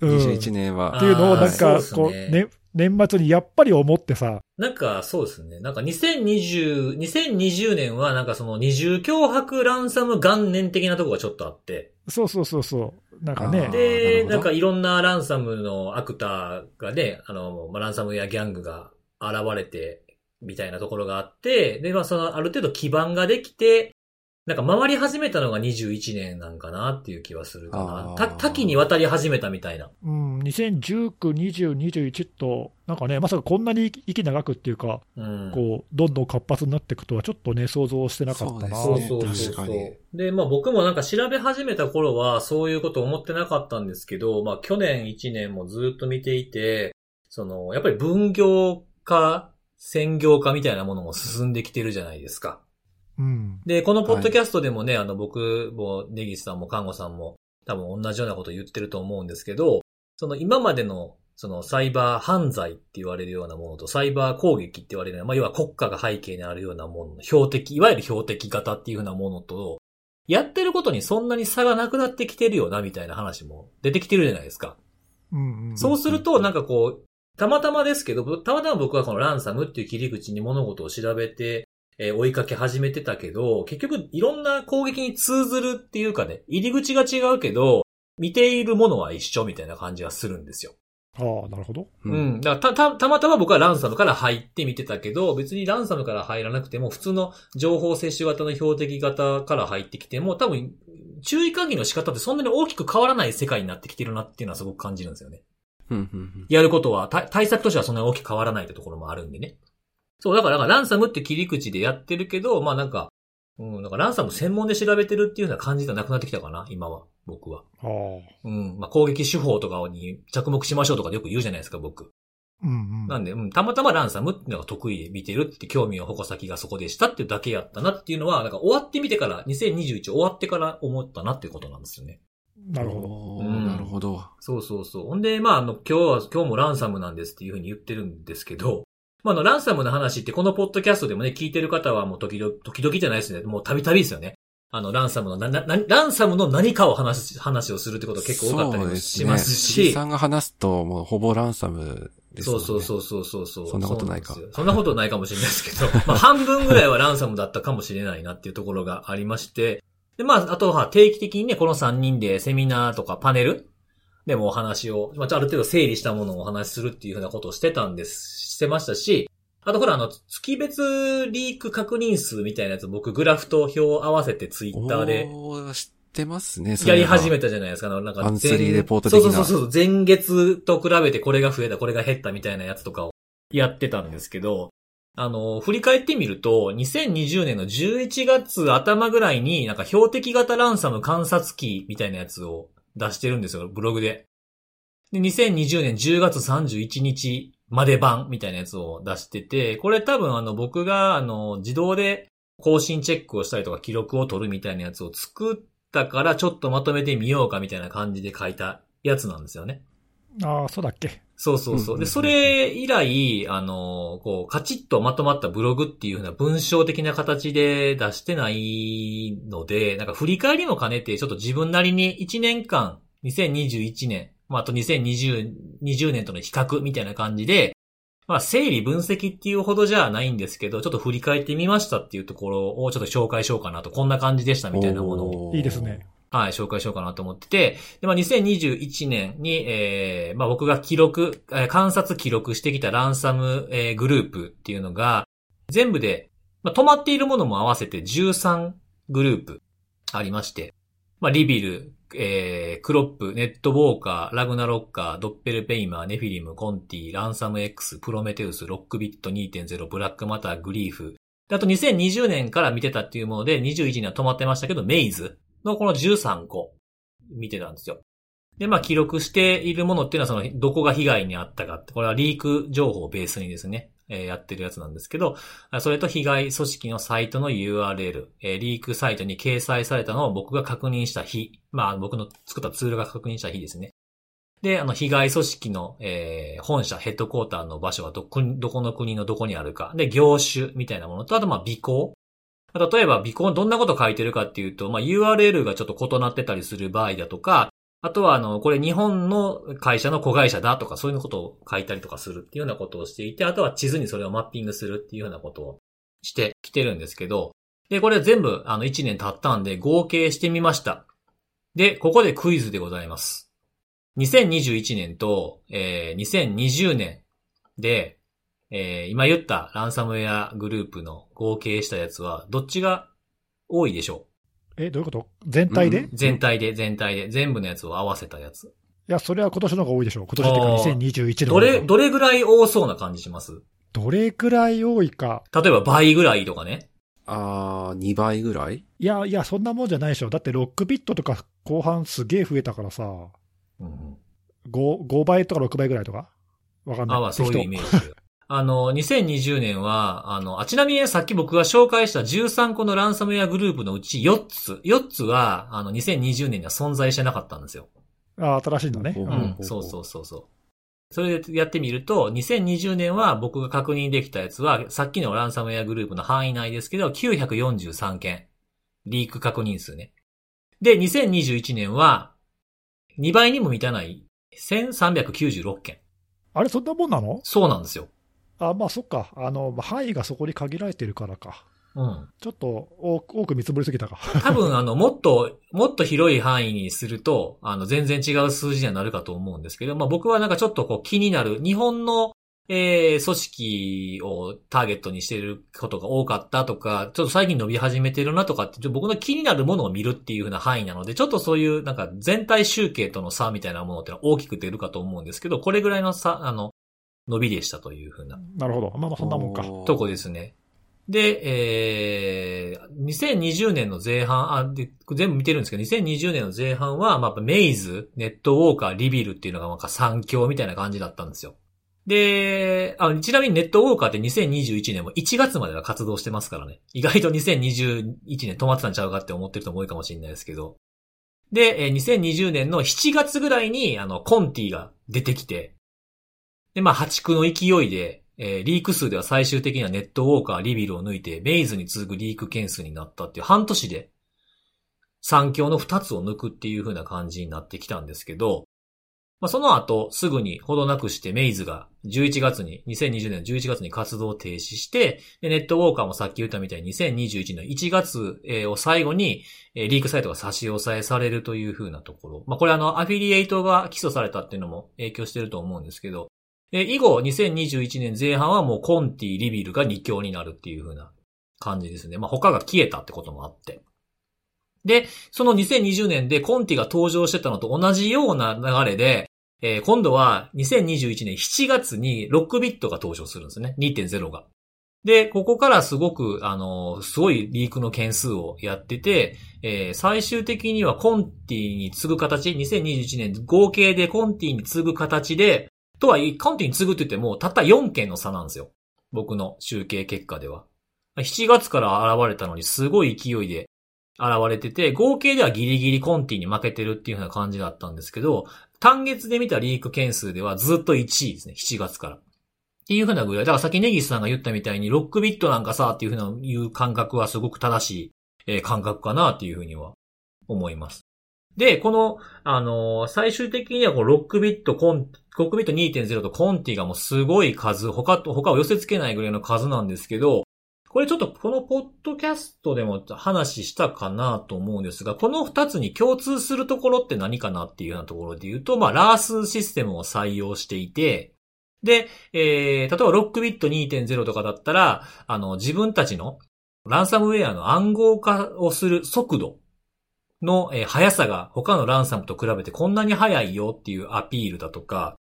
B: うん
C: 21年
A: あ
C: は
B: っ。ていうのをなん
A: あ
B: か
A: ーそう
B: こ
A: っすね
B: う、ね、年末にやっぱり思ってさ、
A: なんか、そうですね。なんか、2020、2020年は、なんかその、二重脅迫ランサム元年的なとこがちょっとあって。
B: そうそうそうそう、なんか
C: あ
B: ね、
A: で、
C: ーなるほ
A: な
C: ど
A: んかいろんなランサムのアクターがね、あの、まあランサムやギャングが現れて、みたいなところがあって、で、まあ、その、ある程度基盤ができて、なんか回り始めたのが21年なんかなっていう気はするかな。
C: あー
A: た多岐にわたり始めたみたいな。
B: うん、2019、20、21と、なんかね、まさかこんなに息長くっていうか、
A: うん。
B: こうどんどん活発になっていくとは、ちょっとね、想像してなかったな
C: そ
A: そううそうそう
C: ですね
A: そう
C: 確かに。
A: で、まあ僕もなんか調べ始めた頃はそういうこと思ってなかったんですけど、まあ去年1年もずっと見ていて、その、やっぱり分業化、専業化みたいなものも進んできてるじゃないですか。
B: うん、
A: で、このポッドキャストでもね、あの僕も根岸さんも看護さんも多分同じようなこと言ってると思うんですけど、その今までのそのサイバー犯罪って言われるようなものとサイバー攻撃って言われるような、まあ要は国家が背景にあるようなものの標的、いわゆる標的型っていうふうなものと、やってることにそんなに差がなくなってきてるよなみたいな話も出てきてるじゃないですか。
B: うん、うん、
A: そうすると、なんかこう、たまたまですけど、たまたま僕はこのランサムっていう切り口に物事を調べて、えー追いかけ始めてたけど、結局いろんな攻撃に通ずるっていうかね、入り口が違うけど、見ているものは一緒みたいな感じがするんですよ。
B: ああ、なるほど。
A: う。ん。だからた、た、たまたま僕はランサムから入って見てたけど、別にランサムから入らなくても、普通の情報摂取型の標的型から入ってきても、多分、注意喚起の仕方ってそんなに大きく変わらない世界になってきてるなっていうのはすごく感じるんですよね。
C: うんうん
A: やることは、た対策としてはそんなに大きく変わらないってところもあるんでね。そう、だから、だからランサムって切り口でやってるけど、まあなんか、うん、なんかランサム専門で調べてるっていうような感じではなくなってきたかな、今は、僕は。
B: ああ、
A: うん、まあ攻撃手法とかに着目しましょうとかよく言うじゃないですか、僕。
B: うん、う
A: なん
B: ん、
A: で、うん、たまたまランサムっていうのが得意で見てるって興味を矛先がそこでしたっていうだけやったなっていうのは、なんか終わってみてから、2021終わってから思ったなっていうことなんですよね。
B: なるほど。
C: ほ
A: うん
C: なるほど。
A: そうそうそう。ほんで、まあ、あの、今日は、今日もランサムなんですっていうふうに言ってるんですけど、まあ、あの、ランサムの話ってこのポッドキャストでもね、聞いてる方はもう時々、時々じゃないですね。もうたびたびですよね。あの、ランサムのな、な、な、ランサムの何かを話す、話をするってこと結構多かったりもします
C: そうですね辻
A: し。
C: さんが話すと、もうほぼランサムですも
A: そ
C: ん
A: う
C: ね。
A: そうそうそうそうそう。
C: そんなことないか
A: そうんですよそんなことないかもしれないですけど、 まあ半分ぐらいはランサムだったかもしれないなっていうところがありまして、で、まあ、あとは定期的にね、この3人でセミナーとかパネルでもお話を、まあ、ちょある程度整理したものをお話しするっていうふうなことをしてたんです、してましたし、あとほら、あの、月別リーク確認数みたいなやつ、僕グラフと表を合わせてツイッターで
C: おー知ってますね、
A: やり始め
C: て。
A: たじゃないですか。あのなんか
C: アンスリーレポート
A: そう
C: 的
A: そ
C: な
A: うそうそう。前月と比べてこれが増えた、これが減ったみたいなやつとかをやってたんですけど、あの、振り返ってみると、2020年の11月頭ぐらいになんか標的型ランサム観察機みたいなやつを出してるんですよ、ブログで。で、2020年10月31日まで版みたいなやつを出してて、これ多分あの僕があの自動で更新チェックをしたりとか記録を取るみたいなやつを作ったからちょっとまとめてみようかみたいな感じで書いたやつなんですよね。
B: ああ、そうだっけ。
A: そうそうそ
C: うんうんうん
A: う。で、それ以来、あの、こう、カチッとまとまったブログっていうふうな文章的な形で出してないので、なんか振り返りも兼ねて、ちょっと自分なりに1年間、2021年、まあ、あと2020 20年との比較みたいな感じで、まあ、整理分析っていうほどじゃないんですけど、ちょっと振り返ってみましたっていうところをちょっと紹介しようかなと、こんな感じでしたみたいなものを
C: おー
B: いいですね。
A: はい、紹介しようかなと思ってて、で、まあ、2021年に、えーまあ、僕が記録、えー観察記録してきたランサム、えーグループっていうのが、全部で、まあ、止まっているものも合わせて13グループありまして、まあ、リビル、えークロップ、ネットウォーカー、ラグナロッカー、ドッペルペイマー、ネフィリム、コンティ、ランサム X、プロメテウス、ロックビット2.0、ブラックマター、グリーフ。であと2020年から見てたっていうもので、21年は止まってましたけど、メイズ。のこの13個見てたんですよ。で、まあ記録しているものっていうのはそのどこが被害にあったかって、これはリーク情報をベースにですね、えーやってるやつなんですけど、あそれと被害組織のサイトの URL、えーリークサイトに掲載されたのを僕が確認した日、まあ僕の作ったツールが確認した日ですね。で、あの、被害組織の、えー本社、ヘッドクォーターの場所はど、国どこの国のどこにあるか。で、業種みたいなものと、あと、まあ、尾行。例えば、尾行、どんなこと書いてるかっていうと、まあ、URL がちょっと異なってたりする場合だとか、あとは、あの、これ日本の会社の子会社だとか、そういうことを書いたりとかするっていうようなことをしていて、あとは地図にそれをマッピングするっていうようなことをしてきてるんですけど、で、これ全部、あの、1年経ったんで、合計してみました。で、ここでクイズでございます。2021年と、えー、2020年で、えー今言ったランサムウェアグループの合計したやつは、どっちが多いでしょ
B: え、どういうこと全体で、
C: うん
B: い
A: 全体で、全体で、全部のやつを合わせたやつ。
B: や、それは今年の方が多いでしょう。今年っていうか2021
A: ど
B: の方が
A: れ、どれぐらい多そうな感じします
B: どれくらい多いか。
A: 例えば倍ぐらいとかね。
C: あー、2倍ぐらい
B: いや、いや、そんなもんじゃないでしょ。だってロックビットとか後半すげえ増えたからさ、5,
A: うん、
B: 5倍とか6倍ぐらいとかわかんない。
A: あまあ、そういうイ
B: 適
A: メージ。あの、2020年は、あの、あ、ちなみにさっき僕が紹介した13個のランサムウェアグループのうち4つ、4つは、あの、2020年には存在してなかったんですよ。
B: 当あ新しいのね。
C: ほう
B: う
C: ほ
B: ん
A: うん、そうそうそうそう。それでやってみると、2020年は僕が確認できたやつは、さっきのランサムウェアグループの範囲内ですけど、943件。リーク確認数ね。で、2021年は、2倍にも満たない、1396件。
B: あれ、そんなもんなの
A: そうなんですよ。
B: あ、まあ、そっか。あの、まあ範囲がそこに限られてるからか。
A: うん。
B: ちょっと多く多く見積もりすぎたか。
A: 多分、あの、もっと、もっと広い範囲にすると、あの、全然違う数字にはなるかと思うんですけど、まあ、僕はなんかちょっとこう気になる、日本の、えー、組織をターゲットにしていることが多かったとか、ちょっと最近伸び始めてるなとかって、ちょっと僕の気になるものを見るっていう風な範囲なので、ちょっとそういうなんか全体集計との差みたいなものってのは大きく出るかと思うんですけど、これぐらいの差、あの、伸びでしたという風な。
B: なるほど。まあまあ、そんなもんか。
A: とこですね。で、えー、2020年の前半、あ、で、全部見てるんですけど、2020年の前半は、まあ、やっぱメイズ、ネットウォーカー、リビルっていうのがなんか三強みたいな感じだったんですよ。で、あちなみにネットウォーカーって2021年も1月までは活動してますからね。意外と2021年止まってたんちゃうかって思ってる人も多いかもしれないですけど。で、えー2020年の7月ぐらいに、あの、コンティが出てきて、で、まあ、破竹の勢いで、えーリーク数では最終的にはネットウォーカー、リビルを抜いて、メイズに続くリーク件数になったっていう半年で、三強の二つを抜くっていう風な感じになってきたんですけど、まあ、その後、すぐにほどなくしてメイズが11月に、2020年11月に活動を停止して、でネットウォーカーもさっき言ったみたいに2021の1月えーを最後に、えーリークサイトが差し押さえされるという風なところ。まあ、これあの、アフィリエイトが起訴されたっていうのも影響してると思うんですけど、で、以後、2021年前半はもうコンティ、リビルが2強になるっていう風な感じですね。まあ、他が消えたってこともあって。で、その2020年でコンティが登場してたのと同じような流れで、えー今度は2021年7月にロックビットが登場するんですね。2.0が。で、ここからすごく、あの、すごいリークの件数をやってて、えー最終的にはコンティに次ぐ形、2021年合計でコンティに次ぐ形で、とはいえ、カウンティに次ぐって言っても、たった4件の差なんですよ。僕の集計結果では。7月から現れたのに、すごい勢いで現れてて、合計ではギリギリコンティに負けてるっていう風な感じだったんですけど、単月で見たリーク件数ではずっと1位ですね、7月から。っていう風なぐらい。だからさっきネギスさんが言ったみたいに、ロックビットなんかさ、っていう風な、いう感覚はすごく正しい、えー感覚かな、っていう風には思います。で、この、あのー最終的にはこうロックビットコン、ロックビット2.0とコンティがもうすごい数、他と、他を寄せ付けないぐらいの数なんですけど、これちょっとこのポッドキャストでも話したかなと思うんですが、この二つに共通するところって何かなっていうようなところで言うと、まあ、ラースシステムを採用していて、で、えー、例えばロックビット2.0とかだったら、あの、自分たちのランサムウェアの暗号化をする速度の、えー速さが他のランサムと比べてこんなに速いよっていうアピールだとか、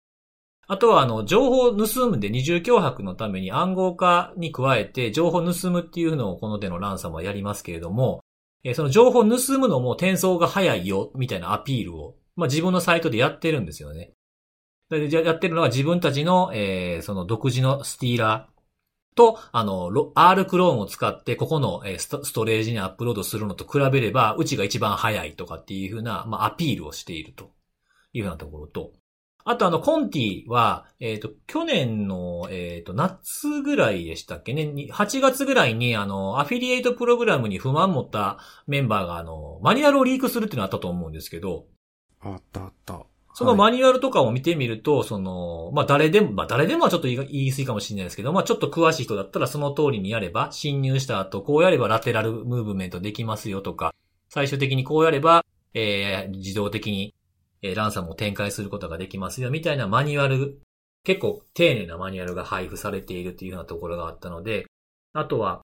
A: あとは、あの、情報を盗むで二重脅迫のために暗号化に加えて情報を盗むっていうのをこの手のランサムはやりますけれども、えーその情報を盗むのも転送が早いよみたいなアピールを、まあ、自分のサイトでやってるんですよね。でじゃやってるのは自分たちの、えーその独自のスティーラー、と、あの、ロ R クローンを使って、ここのえーストストレージにアップロードするのと比べれば、うちが一番早いとかっていうふうな、まあ、アピールをしているというようなところと、あとあの、コンティは、えっ、と、去年の、えっ、と、夏ぐらいでしたっけね、に8月ぐらいに、あの、アフィリエイトプログラムに不満持ったメンバーが、あの、マニュアルをリークするっていうのあったと思うんですけど、
C: あったあった。
A: そのマ
C: ニ
A: ニュアルとかを見てみると、その、まあ、誰でも、まあ、誰でもはちょっと言い言い過ぎかもしれないですけど、まあ、ちょっと詳しい人だったらその通りにやれば、侵入した後、こうやればラテラルムーブメントできますよとか、最終的にこうやれば、えー、自動的に、えー、ランサムを展開することができますよ、みたいなマニュアル、結構丁寧なマニュアルが配布されているっていうようなところがあったので、あとは、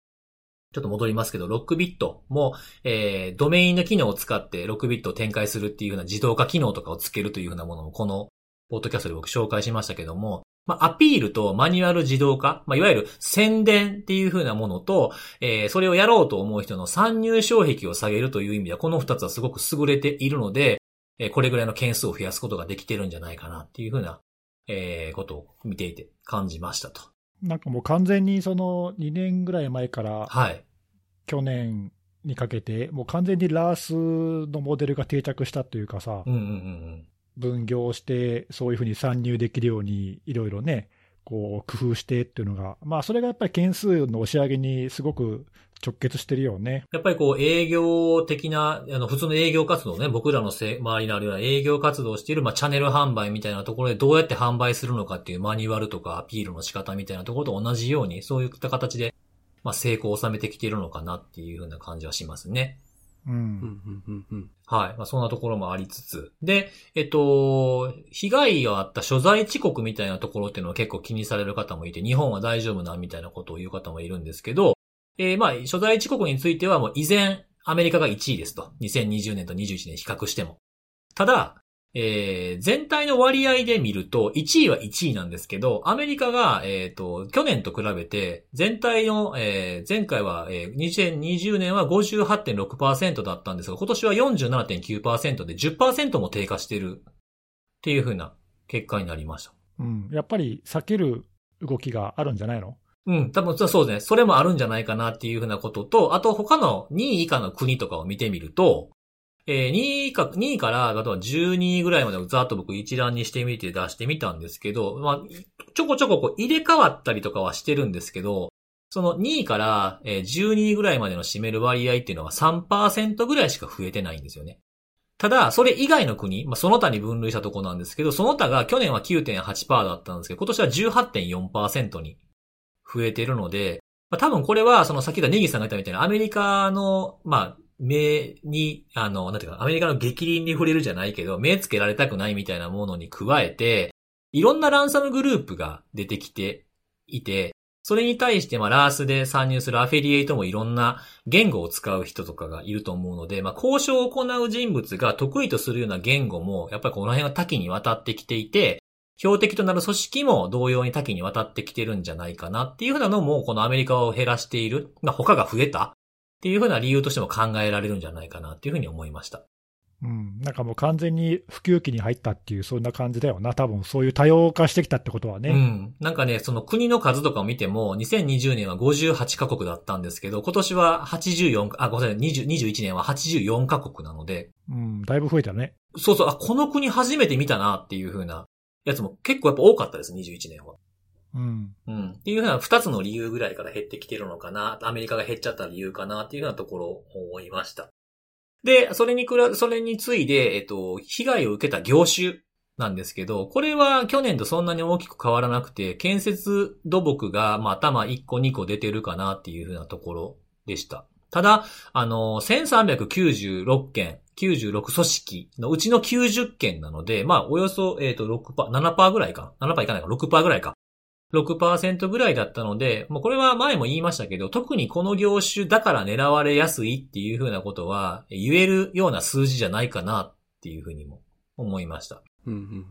A: ちょっと戻りますけど、6ビットも、えー、ドメインの機能を使って6ビットを展開するっていうふうな自動化機能とかをつけるというふうなものをこのポッドキャストで僕紹介しましたけども、まあ、アピールとマニュアル自動化、まあ、いわゆる宣伝っていうふうなものと、えー、それをやろうと思う人の参入障壁を下げるという意味では、この2つはすごく優れているので、えー、これぐらいの件数を増やすことができてるんじゃないかなっていうふうな、えー、ことを見ていて感じましたと。
B: なんかもう完全にその2年ぐらい前から
A: はい。
B: 去年にかけて、もう完全にラースのモデルが定着したというかさ、
A: うんうんうん
B: 分業して、そういうふうに参入できるように、いろいろね、こう工夫してっていうのが、まあ、それがやっぱり件数の押し上げにすごく直結してるよね。
A: やっぱりこう営業的な、あの普通の営業活動ね、僕らのせ周りのあるような営業活動をしている、まあチャンネル販売みたいなところでどうやって販売するのかっていうマニュアルとかアピールの仕方みたいなところと同じように、そういった形で、まあ成功を収めてきているのかなっていうふうな感じはしますね。
B: うん。
C: うんうんうんうん
A: はい。まあ、そんなところもありつつ。で、えっと、被害があった所在地国みたいなところっていうのは結構気にされる方もいて、日本は大丈夫なみたいなことを言う方もいるんですけど、えーまあ、所在地国についてはもう依然、アメリカが1位ですと。2020年と21年比較しても。ただ、えー全体の割合で見ると、1位は1位なんですけど、アメリカが、えっ、と、去年と比べて、全体の、えー前回は、えー2020年は58.6%だったんですが、今年は47.9%で10%も低下してるっていう風な結果になりました。
B: うんやっぱり避ける動きがあるんじゃないの
A: うん、多分そうそうですね。それもあるんじゃないかなっていうふうなことと、あと他の2位以下の国とかを見てみると、えー2位以下、2位から、あとは12位ぐらいまでをざっと僕一覧にしてみて出してみたんですけど、まあ、ちょこちょここう入れ替わったりとかはしてるんですけど、その2位からえー12位ぐらいまでの占める割合っていうのは3%ぐらいしか増えてないんですよね。ただ、それ以外の国、まあ、その他に分類したとこなんですけど、その他が去年は9.8%だったんですけど、今年は18.4%に増えてるので、まあ、多分これは、そのさっき言ったネギさんが言ったみたいな、アメリカの、まあ、目に、あの、なんていうか、アメリカの激輪に触れるじゃないけど、目つけられたくないみたいなものに加えて、いろんなランサムグループが出てきていて、それに対して、まあ、ラースで参入するアフィリエイトもいろんな言語を使う人とかがいると思うので、まあ、交渉を行う人物が得意とするような言語も、やっぱりこの辺は多岐にわたってきていて、標的となる組織も同様に多岐にわたってきてるんじゃないかなっていうふうなのも、このアメリカを減らしている、まあ、他が増えたっていうふうな理由としても考えられるんじゃないかなっていうふうに思いました。
B: うん、なんかもう完全に普及期に入ったっていう、そんな感じだよな、多分そういう多様化してきたってことはね。
A: うん。なんかね、その国の数とかを見ても、2020年は58カ国だったんですけど、今年は84、あ、ごめんなさい、20 21年は84カ国なので、
B: うん、だいぶ増えたね。
A: そうそう、あ、この国初めて見たなっていうふうなやつも結構やっぱ多かったです、21年は。
B: うん。
A: うん。っていうふうな二つの理由ぐらいから減ってきてるのかな。アメリカが減っちゃった理由かなっていうようなところを思いました。で、それにくら、それについで、えっと、被害を受けた業種なんですけど、これは去年とそんなに大きく変わらなくて、建設土木が、まあ、頭1個2個出てるかなっていうふうなところでした。ただ、あの、1396件、96組織のうちの90件なので、まあ、およそ、えっ、と、6%パー、7%ぐらいか。7%いかないか、6%ぐらいか。6%ぐらいだったので、もうこれは前も言いましたけど、特にこの業種だから狙われやすいっていうふうなことは言えるような数字じゃないかなっていうふうにも思いました。
C: うんうん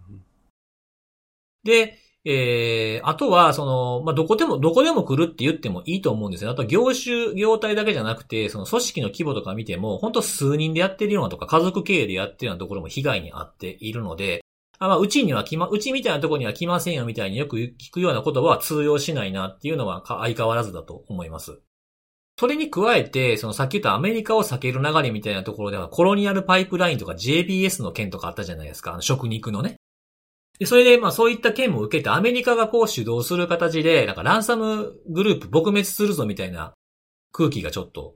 A: で、えー、あとは、その、まあ、どこでも、どこでも来るって言ってもいいと思うんですよ。あと、業種、業態だけじゃなくて、その組織の規模とか見ても、本当数人でやってるようなとか、家族経営でやってるようなところも被害に遭っているので、あまあ、うちには来ま、うちみたいなところには来ませんよみたいによく聞くような言葉は通用しないなっていうのはか相変わらずだと思います。それに加えて、そのさっき言ったアメリカを避ける流れみたいなところでは、コロニアルパイプラインとか JBS の件とかあったじゃないですか。あの食肉のね。で、それで、まあそういった件も受けて、アメリカがこう主導する形で、なんかランサムグループ撲滅するぞみたいな空気がちょっと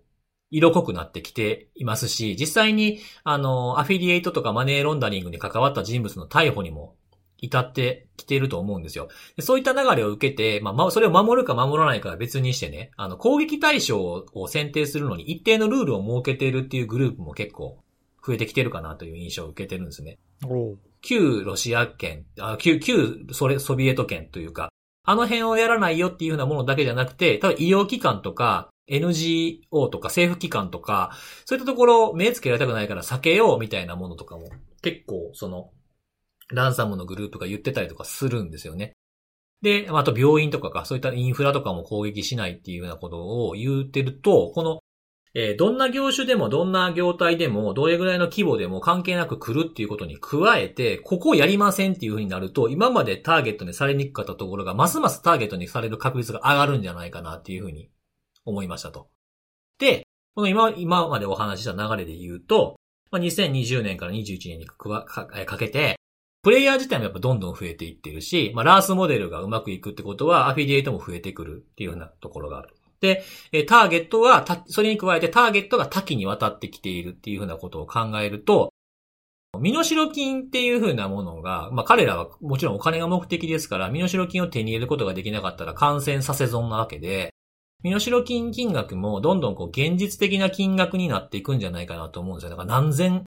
A: 色濃くなってきていますし、実際に、あの、アフィリエイトとかマネーロンダリングに関わった人物の逮捕にも至ってきていると思うんですよ。でそういった流れを受けて、まあまあ、それを守るか守らないかは別にしてね、あの、攻撃対象を選定するのに一定のルールを設けているっていうグループも結構増えてきてるかなという印象を受けてるんですね。
B: おう
A: 旧ロシア圏、あ旧、旧ソレソビエト圏というか、あの辺をやらないよっていうふうなものだけじゃなくて、多分医療機関とか、 NGO とか政府機関とか、そういったところ目つけられたくないから避けようみたいなものとかも結構そのランサムのグループが言ってたりとかするんですよね。で、まああと病院とかか、そういったインフラとかも攻撃しないっていうようなことを言ってると、この、えーどんな業種でもどんな業態でもどれぐらいの規模でも関係なく来るっていうことに加えて、ここをやりませんっていうふうになると、今までターゲットにされにくかったところが、ますますターゲットにされる確率が上がるんじゃないかなっていうふうに思いましたと。で、この今、今までお話しした流れで言うと、まあ、2020年から21年にかわかえかけて、プレイヤー自体もやっぱどんどん増えていってるし、まあ、ラースモデルがうまくいくってことは、アフィリエイトも増えてくるっていうようなところがある。で、えーターゲットは、たそれに加えてターゲットが多岐にわたってきているっていうふうなことを考えると、身代金っていうふうなものが、まあ彼らはもちろんお金が目的ですから、身代金を手に入れることができなかったら感染させ損なわけで、身代金金額もどんどんこう現実的な金額になっていくんじゃないかなと思うんですよ。だから何千、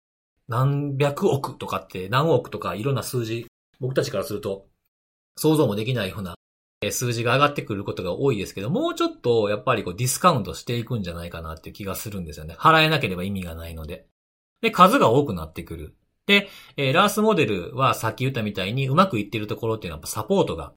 A: 何百億とかって何億とかいろんな数字、僕たちからすると想像もできないようなえー数字が上がってくることが多いですけど、もうちょっとやっぱりこうディスカウントしていくんじゃないかなっていう気がするんですよね。払えなければ意味がないので。で、数が多くなってくる。で、えーラースモデルはさっき言ったみたいにうまくいってるところっていうのはやっぱサポートが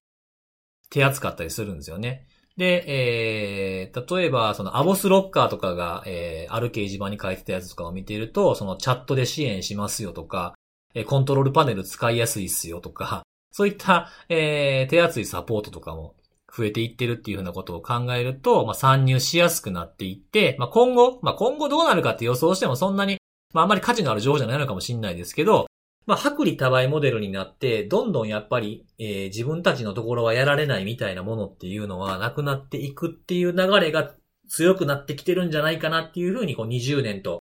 A: 手厚かったりするんですよね。で、えー、例えば、そのアボスロッカーとかが、えー、ある掲示板に書いてたやつとかを見ていると、そのチャットで支援しますよとか、えーコントロールパネル使いやすいっすよとか、そういった、えー、手厚いサポートとかも増えていってるっていうふうなことを考えると、まあ、参入しやすくなっていって、まあ、今後、まあ、今後どうなるかって予想してもそんなに、まあ、あんまり価値のある情報じゃないのかもしれないですけど、まあ、薄利多売モデルになって、どんどんやっぱり、えー自分たちのところはやられないみたいなものっていうのはなくなっていくっていう流れが強くなってきてるんじゃないかなっていうふうに、こう20年と、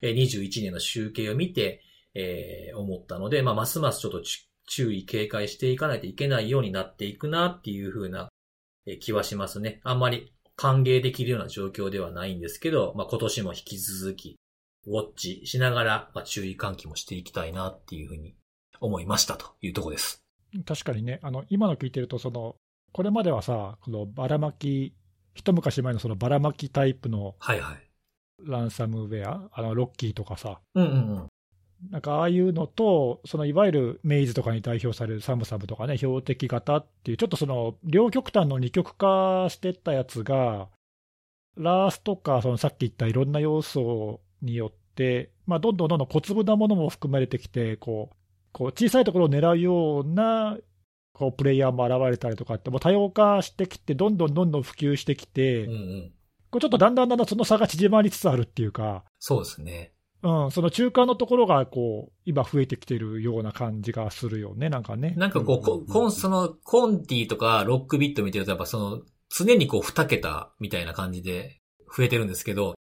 A: えー21年の集計を見て、えー思ったので、まあ、ますますちょっとち注意、警戒していかないといけないようになっていくなっていうふうなえー気はしますね。あんまり歓迎できるような状況ではないんですけど、まあ、今年も引き続き、ウォッチしながら、まあ、注意喚起もしていきたいなっていうふうに思いましたというとこです。
B: 確かにね、あの今の聞いてるとその、これまではさ、このばらまき、一昔前のそのばらまきタイプの
A: はいはい。
B: ランサムウェア、あのロッキーとかさ、
A: うんうんうん。
B: なんかああいうのと、そのいわゆるメイズとかに代表されるサムサムとかね、標的型っていう、ちょっとその両極端の二極化してったやつが、ラースとか、そのさっき言ったいろんな要素によって、まあ、どんどんどんどん小粒なものも含まれてきて、こうこう小さいところを狙うようなこうプレイヤーも現れたりとかって、もう多様化してきて、どんどんどんどん普及してきて
A: うんう、ん。
B: こうちょっとだんだんだんだんその差が縮まりつつあるっていうか。
A: そうですね。
B: うん、その中間のところがこう今、増えてきてるような感じがするよね、なんかね。
A: なんかこう、
C: うん
A: こ
C: うんうん
A: コン、その、コンティとかロックビット見てると、やっぱその、常にこう、二桁みたいな感じで増えてるんですけど、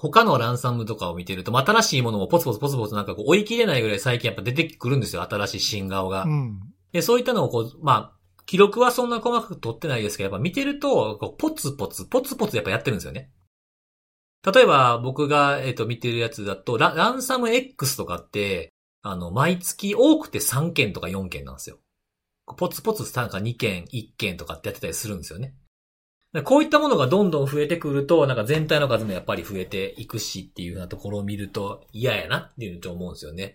A: 他のランサムとかを見てると、まあ新しいものもポツポツポツポツなんかこう、追い切れないぐらい最近やっぱ出てくるんですよ、新しい新顔が。
B: うん、
A: で、そういったのをこう、まあ、記録はそんな細かく取ってないですけど、やっぱ見てると、こうポツポツ、ポツポツやっぱやってるんですよね。例えば、僕が、えっ、と、見てるやつだとラ、ランサム X とかって、あの、毎月多くて3件とか4件なんですよ。ポツポツなんか2件、1件とかってやってたりするんですよね。でこういったものがどんどん増えてくると、なんか全体の数もやっぱり増えていくしっていうようなところを見ると嫌やなっていうと思うんですよね。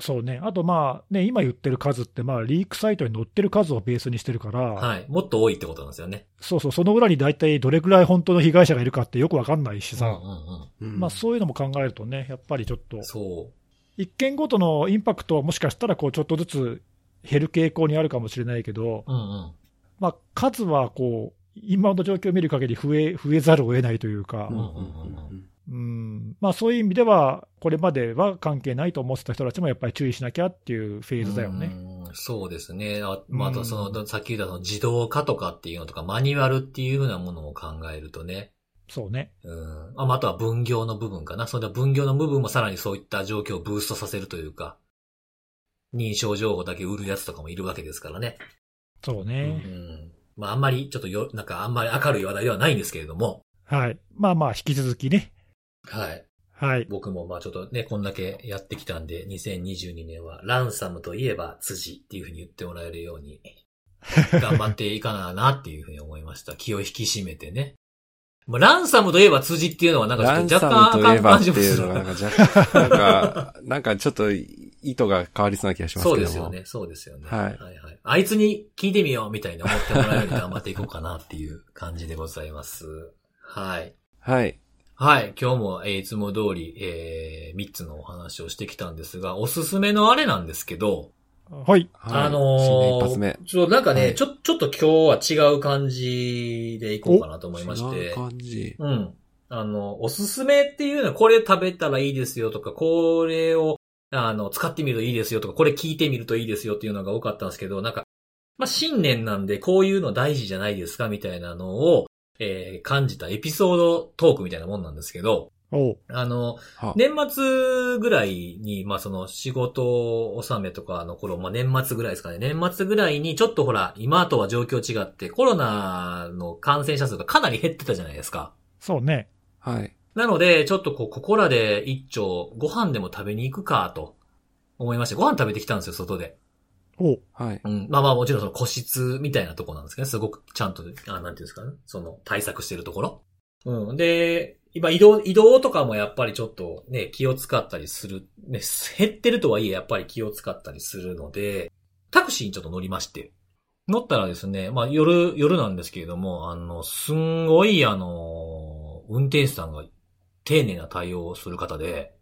B: そうね、あとまあ、ね、今言ってる数って、まあ、リークサイトに載ってる数をベースにしてるから、
A: はい。もっと多いってことなんですよね。
B: そうそう、その裏に大体どれぐらい本当の被害者がいるかってよくわかんないし
A: うん
B: さ、
A: うんうん。
C: うん
B: まあ、そういうのも考えるとね、やっぱりちょっと、
A: そう。
B: 一件ごとのインパクトはもしかしたらこうちょっとずつ減る傾向にあるかもしれないけど、
A: うんうん。
B: まあ、数はこう今の状況を見る限り増え増えざるを得ないというか。
C: うんうん
B: うんまあ、そういう意味では、これまでは関係ないと思ってた人たちもやっぱり注意しなきゃっていうフェーズだよね。
A: うん。そうですね。あ,、まあ、あ
B: うん
A: とその、さっき言ったその自動化とかっていうのとか、マニュアルっていうふうなものを考えるとね。
B: そうね。
A: うん。あまあ、あとは分業の部分かな。それで分業の部分もさらにそういった状況をブーストさせるというか、認証情報だけ売るやつとかもいるわけですからね。
B: そう
A: う
B: ね。
A: ん。まあ、あんまり、ちょっとよ、なんかあんまり明るい話題ではないんですけれども。
B: はい。まあまあ、引き続きね。
A: はい。
B: はい。
A: 僕もまあちょっとね、こんだけやってきたんで、2022年はランサムといえば辻っていうふうに言ってもらえるよう に、頑張っていかなあなっていうふうに思いました。気を引き締めてね。まあ、ランサムといえば辻っていうのはなんか
C: ラン
A: ちょっと
C: サ
A: 若干
C: ムといえば
A: 感
C: って
A: じも
C: い
A: す
C: う
A: る
C: のが、なんか若干、なんか、なんかちょっと意図が変わりそうな気がします
A: そ
C: けども。
A: うですよね。そうですよね。
C: はい
A: はいはいあいつに聞いてみようみたいな思ってもらえるように頑張っていこうかなっていう感じでございます。はい。
C: はい。
A: はい。今日も、えーいつも通り、えー、3つのお話をしてきたんですが、おすすめのあれなんですけど、
B: はい。
C: はい
A: あのー
C: 新年一発目。
A: ちょっとなんかね、
C: はい
A: ちょ、ちょっと今日は違う感じでいこうかなと思いまし
C: 違
A: て
C: う。感じ。
A: うん。あの、おすすめっていうのは、これ食べたらいいですよとか、これを、あの、使ってみるといいですよとか、これ聞いてみるといいですよっていうのが多かったんですけど、なんか、まあ、新年なんで、こういうの大事じゃないですかみたいなのを、えー感じたエピソードトークみたいなもんなんですけど、
B: おう
A: あの、
C: は
A: 年末ぐらいに、まあその仕事納めとかの頃、まあ年末ぐらいですかね。年末ぐらいにちょっとほら、今とは状況違ってコロナの感染者数がかなり減ってたじゃないですか。
B: そうね。
C: はい。
A: なので、ちょっとこう、ここらで一丁ご飯でも食べに行くかと思いまして、ご飯食べてきたんですよ、外で。
B: おう
C: はい。
A: うん。まあまあもちろんその個室みたいなとこなんですけどね、すごくちゃんと、あなんていうんですかね、その対策してるところ。うん。で、今移動、移動とかもやっぱりちょっとね、気を使ったりする、ね、減ってるとはいえやっぱり気を使ったりするので、タクシーにちょっと乗りまして。乗ったらですね、まあ夜、夜なんですけれども、あの、すんごいあの、運転手さんが丁寧な対応をする方で、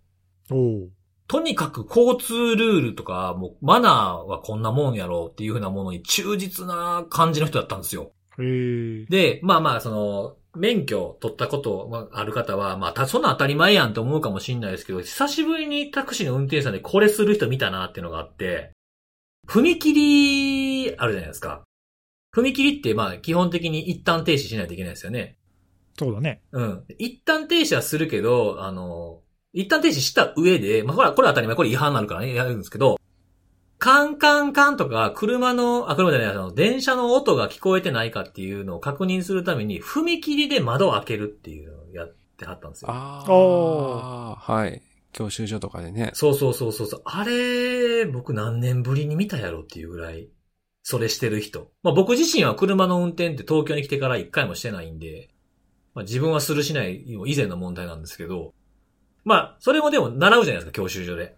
B: おう
A: とにかく交通ルールとか、もうマナーはこんなもんやろうっていうふうなものに忠実な感じの人だったんですよ。
B: へえ。
A: で、まあまあ、その、免許を取ったことまあある方は、まあ、たそんな当たり前やんと思うかもしれないですけど、久しぶりにタクシーの運転手さんでこれする人見たなっていうのがあって、踏切あるじゃないですか。踏切ってまあ、基本的に一旦停止しないといけないですよね。
B: そうだね。
A: うん。一旦停止はするけど、あの、一旦停止した上で、まあ、ほら、これは当たり前、これ違反になるからね、やるんですけど、カンカンカンとか、車の、あ、車じゃない、あの、電車の音が聞こえてないかっていうのを確認するために、踏切で窓を開けるっていうのをやってはったんですよ。
C: あ
B: お
C: あ。はい。教習所とかでね。
A: そうそうそうそうそう。あれ、僕何年ぶりに見たやろっていうぐらい、それしてる人。まあ僕自身は車の運転って東京に来てから一回もしてないんで、まあ自分はするしない以前の問題なんですけど、まあ、それもでも習うじゃないですか、教習所で。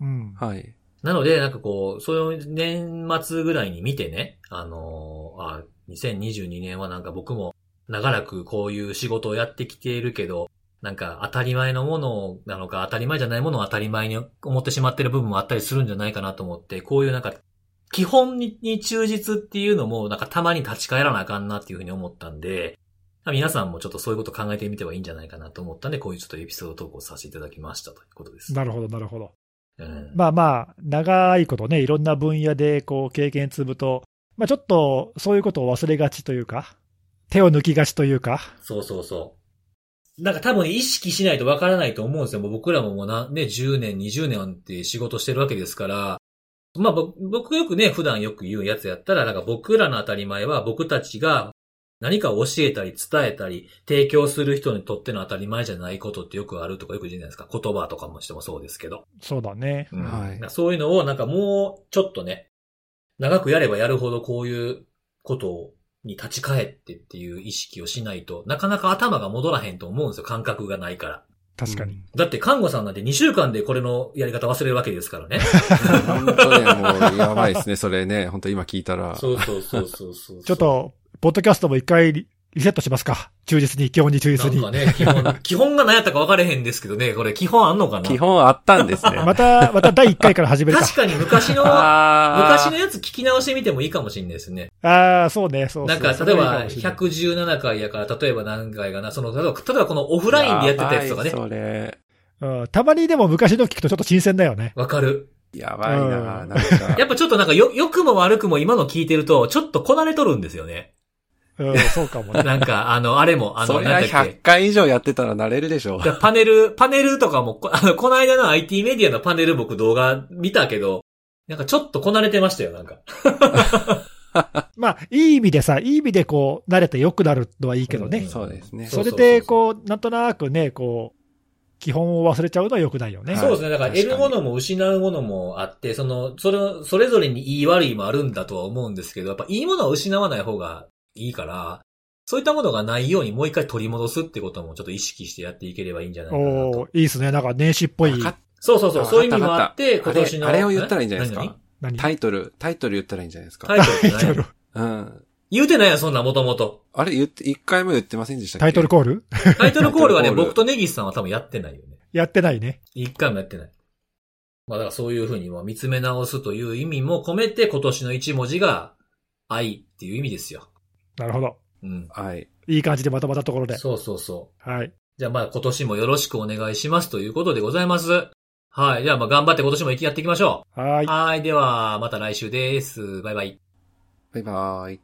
B: うん。
C: はい。
A: なので、なんかこう、その年末ぐらいに見てね、あのーあ、2022年はなんか僕も長らくこういう仕事をやってきているけど、なんか当たり前のものなのか当たり前じゃないものを当たり前に思ってしまってる部分もあったりするんじゃないかなと思って、こういうなんか基本にに忠実っていうのもなんかたまに立ち返らなあかんなっていうふうに思ったんで、皆さんもちょっとそういうこと考えてみてはいいんじゃないかなと思ったんで、こういうちょっとエピソード投稿させていただきましたということです。
B: なるほど、なるほど。
A: うん
B: まあまあ、長いことね、いろんな分野でこう経験積むと、まあ、ちょっとそういうことを忘れがちというか、手を抜きがちというか、
A: そうそうそう。なんか多分意識しないとわからないと思うんですよ。もう僕らももうな、ね、10年、20年って仕事してるわけですから、まあぼ僕よくね、普段よく言うやつやったら、なんか僕らの当たり前は僕たちが何かを教えたり伝えたり提供する人にとっての当たり前じゃないことってよくあるとかよく言うじゃないですか。言葉とかもしてもそうですけど。
B: そうだね。
A: うん
C: はい
A: そういうのをなんかもうちょっとね、長くやればやるほどこういうことに立ち返ってっていう意識をしないとなかなか頭が戻らへんと思うんですよ、感覚がないから。
B: 確かに。
C: うん。
A: だって看護さんなんて2週間でこれのやり方忘れるわけですからね。
C: 本当ね、もう、やばいですね、それね。本当今聞いたら。
A: そうそうそうそうそう。
B: ちょっと、ポッドキャストも一回リセットしますか。忠実に、基本に忠
A: な
B: 実
A: ん
B: に。
A: かね、基 本、基本が何やったか分かれへんですけどね、これ基本あんのかな
C: 基本あったんですね。
B: また、また第1回から始 めるか。
A: 確かに昔の、
C: あー
A: 昔のやつ聞き直してみてもいいかもしれないですね。
B: ああ、そうね、そう
A: なんか、
B: そう
A: 例え
B: そういいか
A: ば、
B: もしれない
A: 117回やから、例えば何回かな、その、例えば、例えばこのオフラインでやってたやつとかね
C: や、ばいそれ。
B: うんたまにでも昔の聞くとちょっと新鮮だよ ね。
A: わかる。
C: やばいな、
B: うん
C: なんか。
A: やっぱちょっとなんか、よ、良くも悪くも今の聞いてると、ちょっとこなれとるんですよね。
B: うん、そうかもね。
A: なんか、 あの、あれも、あ
C: そ
A: の、
C: れは
A: なんだっ
C: 100
A: け。
C: 回以上やってたら慣れるでしょう。
A: だパネル、パネルとかも、こ あの、この間の IT メディアのパネル僕動画見たけど、なんかちょっとこなれてましたよ、なんか。
B: まあ、いい意味でさ、いい意味でこう、慣れて良くなるのはいいけど
A: うん
B: ね。
C: そうですね。
B: それで、こう、なんとなくね、こう、基本を忘れちゃうのは良くないよね。
C: はい
A: そうですね。だから
C: 確か
A: 得
C: に
A: るものも失うものもあって、その、それ、それぞれに良い悪いもあるんだとは思うんですけど、やっぱいいものは失わない方がいいから、そういったものがないようにもう一回取り戻すってこともちょっと意識してやっていければいいんじゃないかなと。
B: おおいいですね。なんか年始っぽい。
C: わかっ
A: そうそうそう、
C: わかった
A: そういう意味もあって、
C: わか
A: 今
C: った
A: 年の。
C: あれあれを言ったらいいんじゃないです
A: 何
C: か
B: 何
C: タイトル、タイトル言ったらいいんじゃないですか。
A: タイトルって
B: タイト
A: 何
B: ル
C: うん。
A: 言うてないやん、そんなもともと。
C: あれ言って、一回も言ってませんでしたっ け
B: タイトルコール
A: タイトルコールはね、
C: タイトルコール
A: 僕とネギスさんは多分やってないよね。
B: やってないね。
A: 一回もやってない。まあだからそういうふうにまあ見つめ直すという意味も込めて今年の一文字が愛っていう意味ですよ。
B: なるほど。
A: うん。
C: はい。
B: いい感じでまとまったところで。
A: そうそうそう。
B: はい。
A: じゃあまあ今年もよろしくお願いしますということでございます。はい。じゃあまあ頑張って今年も生きやっていきましょ。。
B: はーいう
A: はい。ではまた来週です。バイバイ。
C: バイバーイ。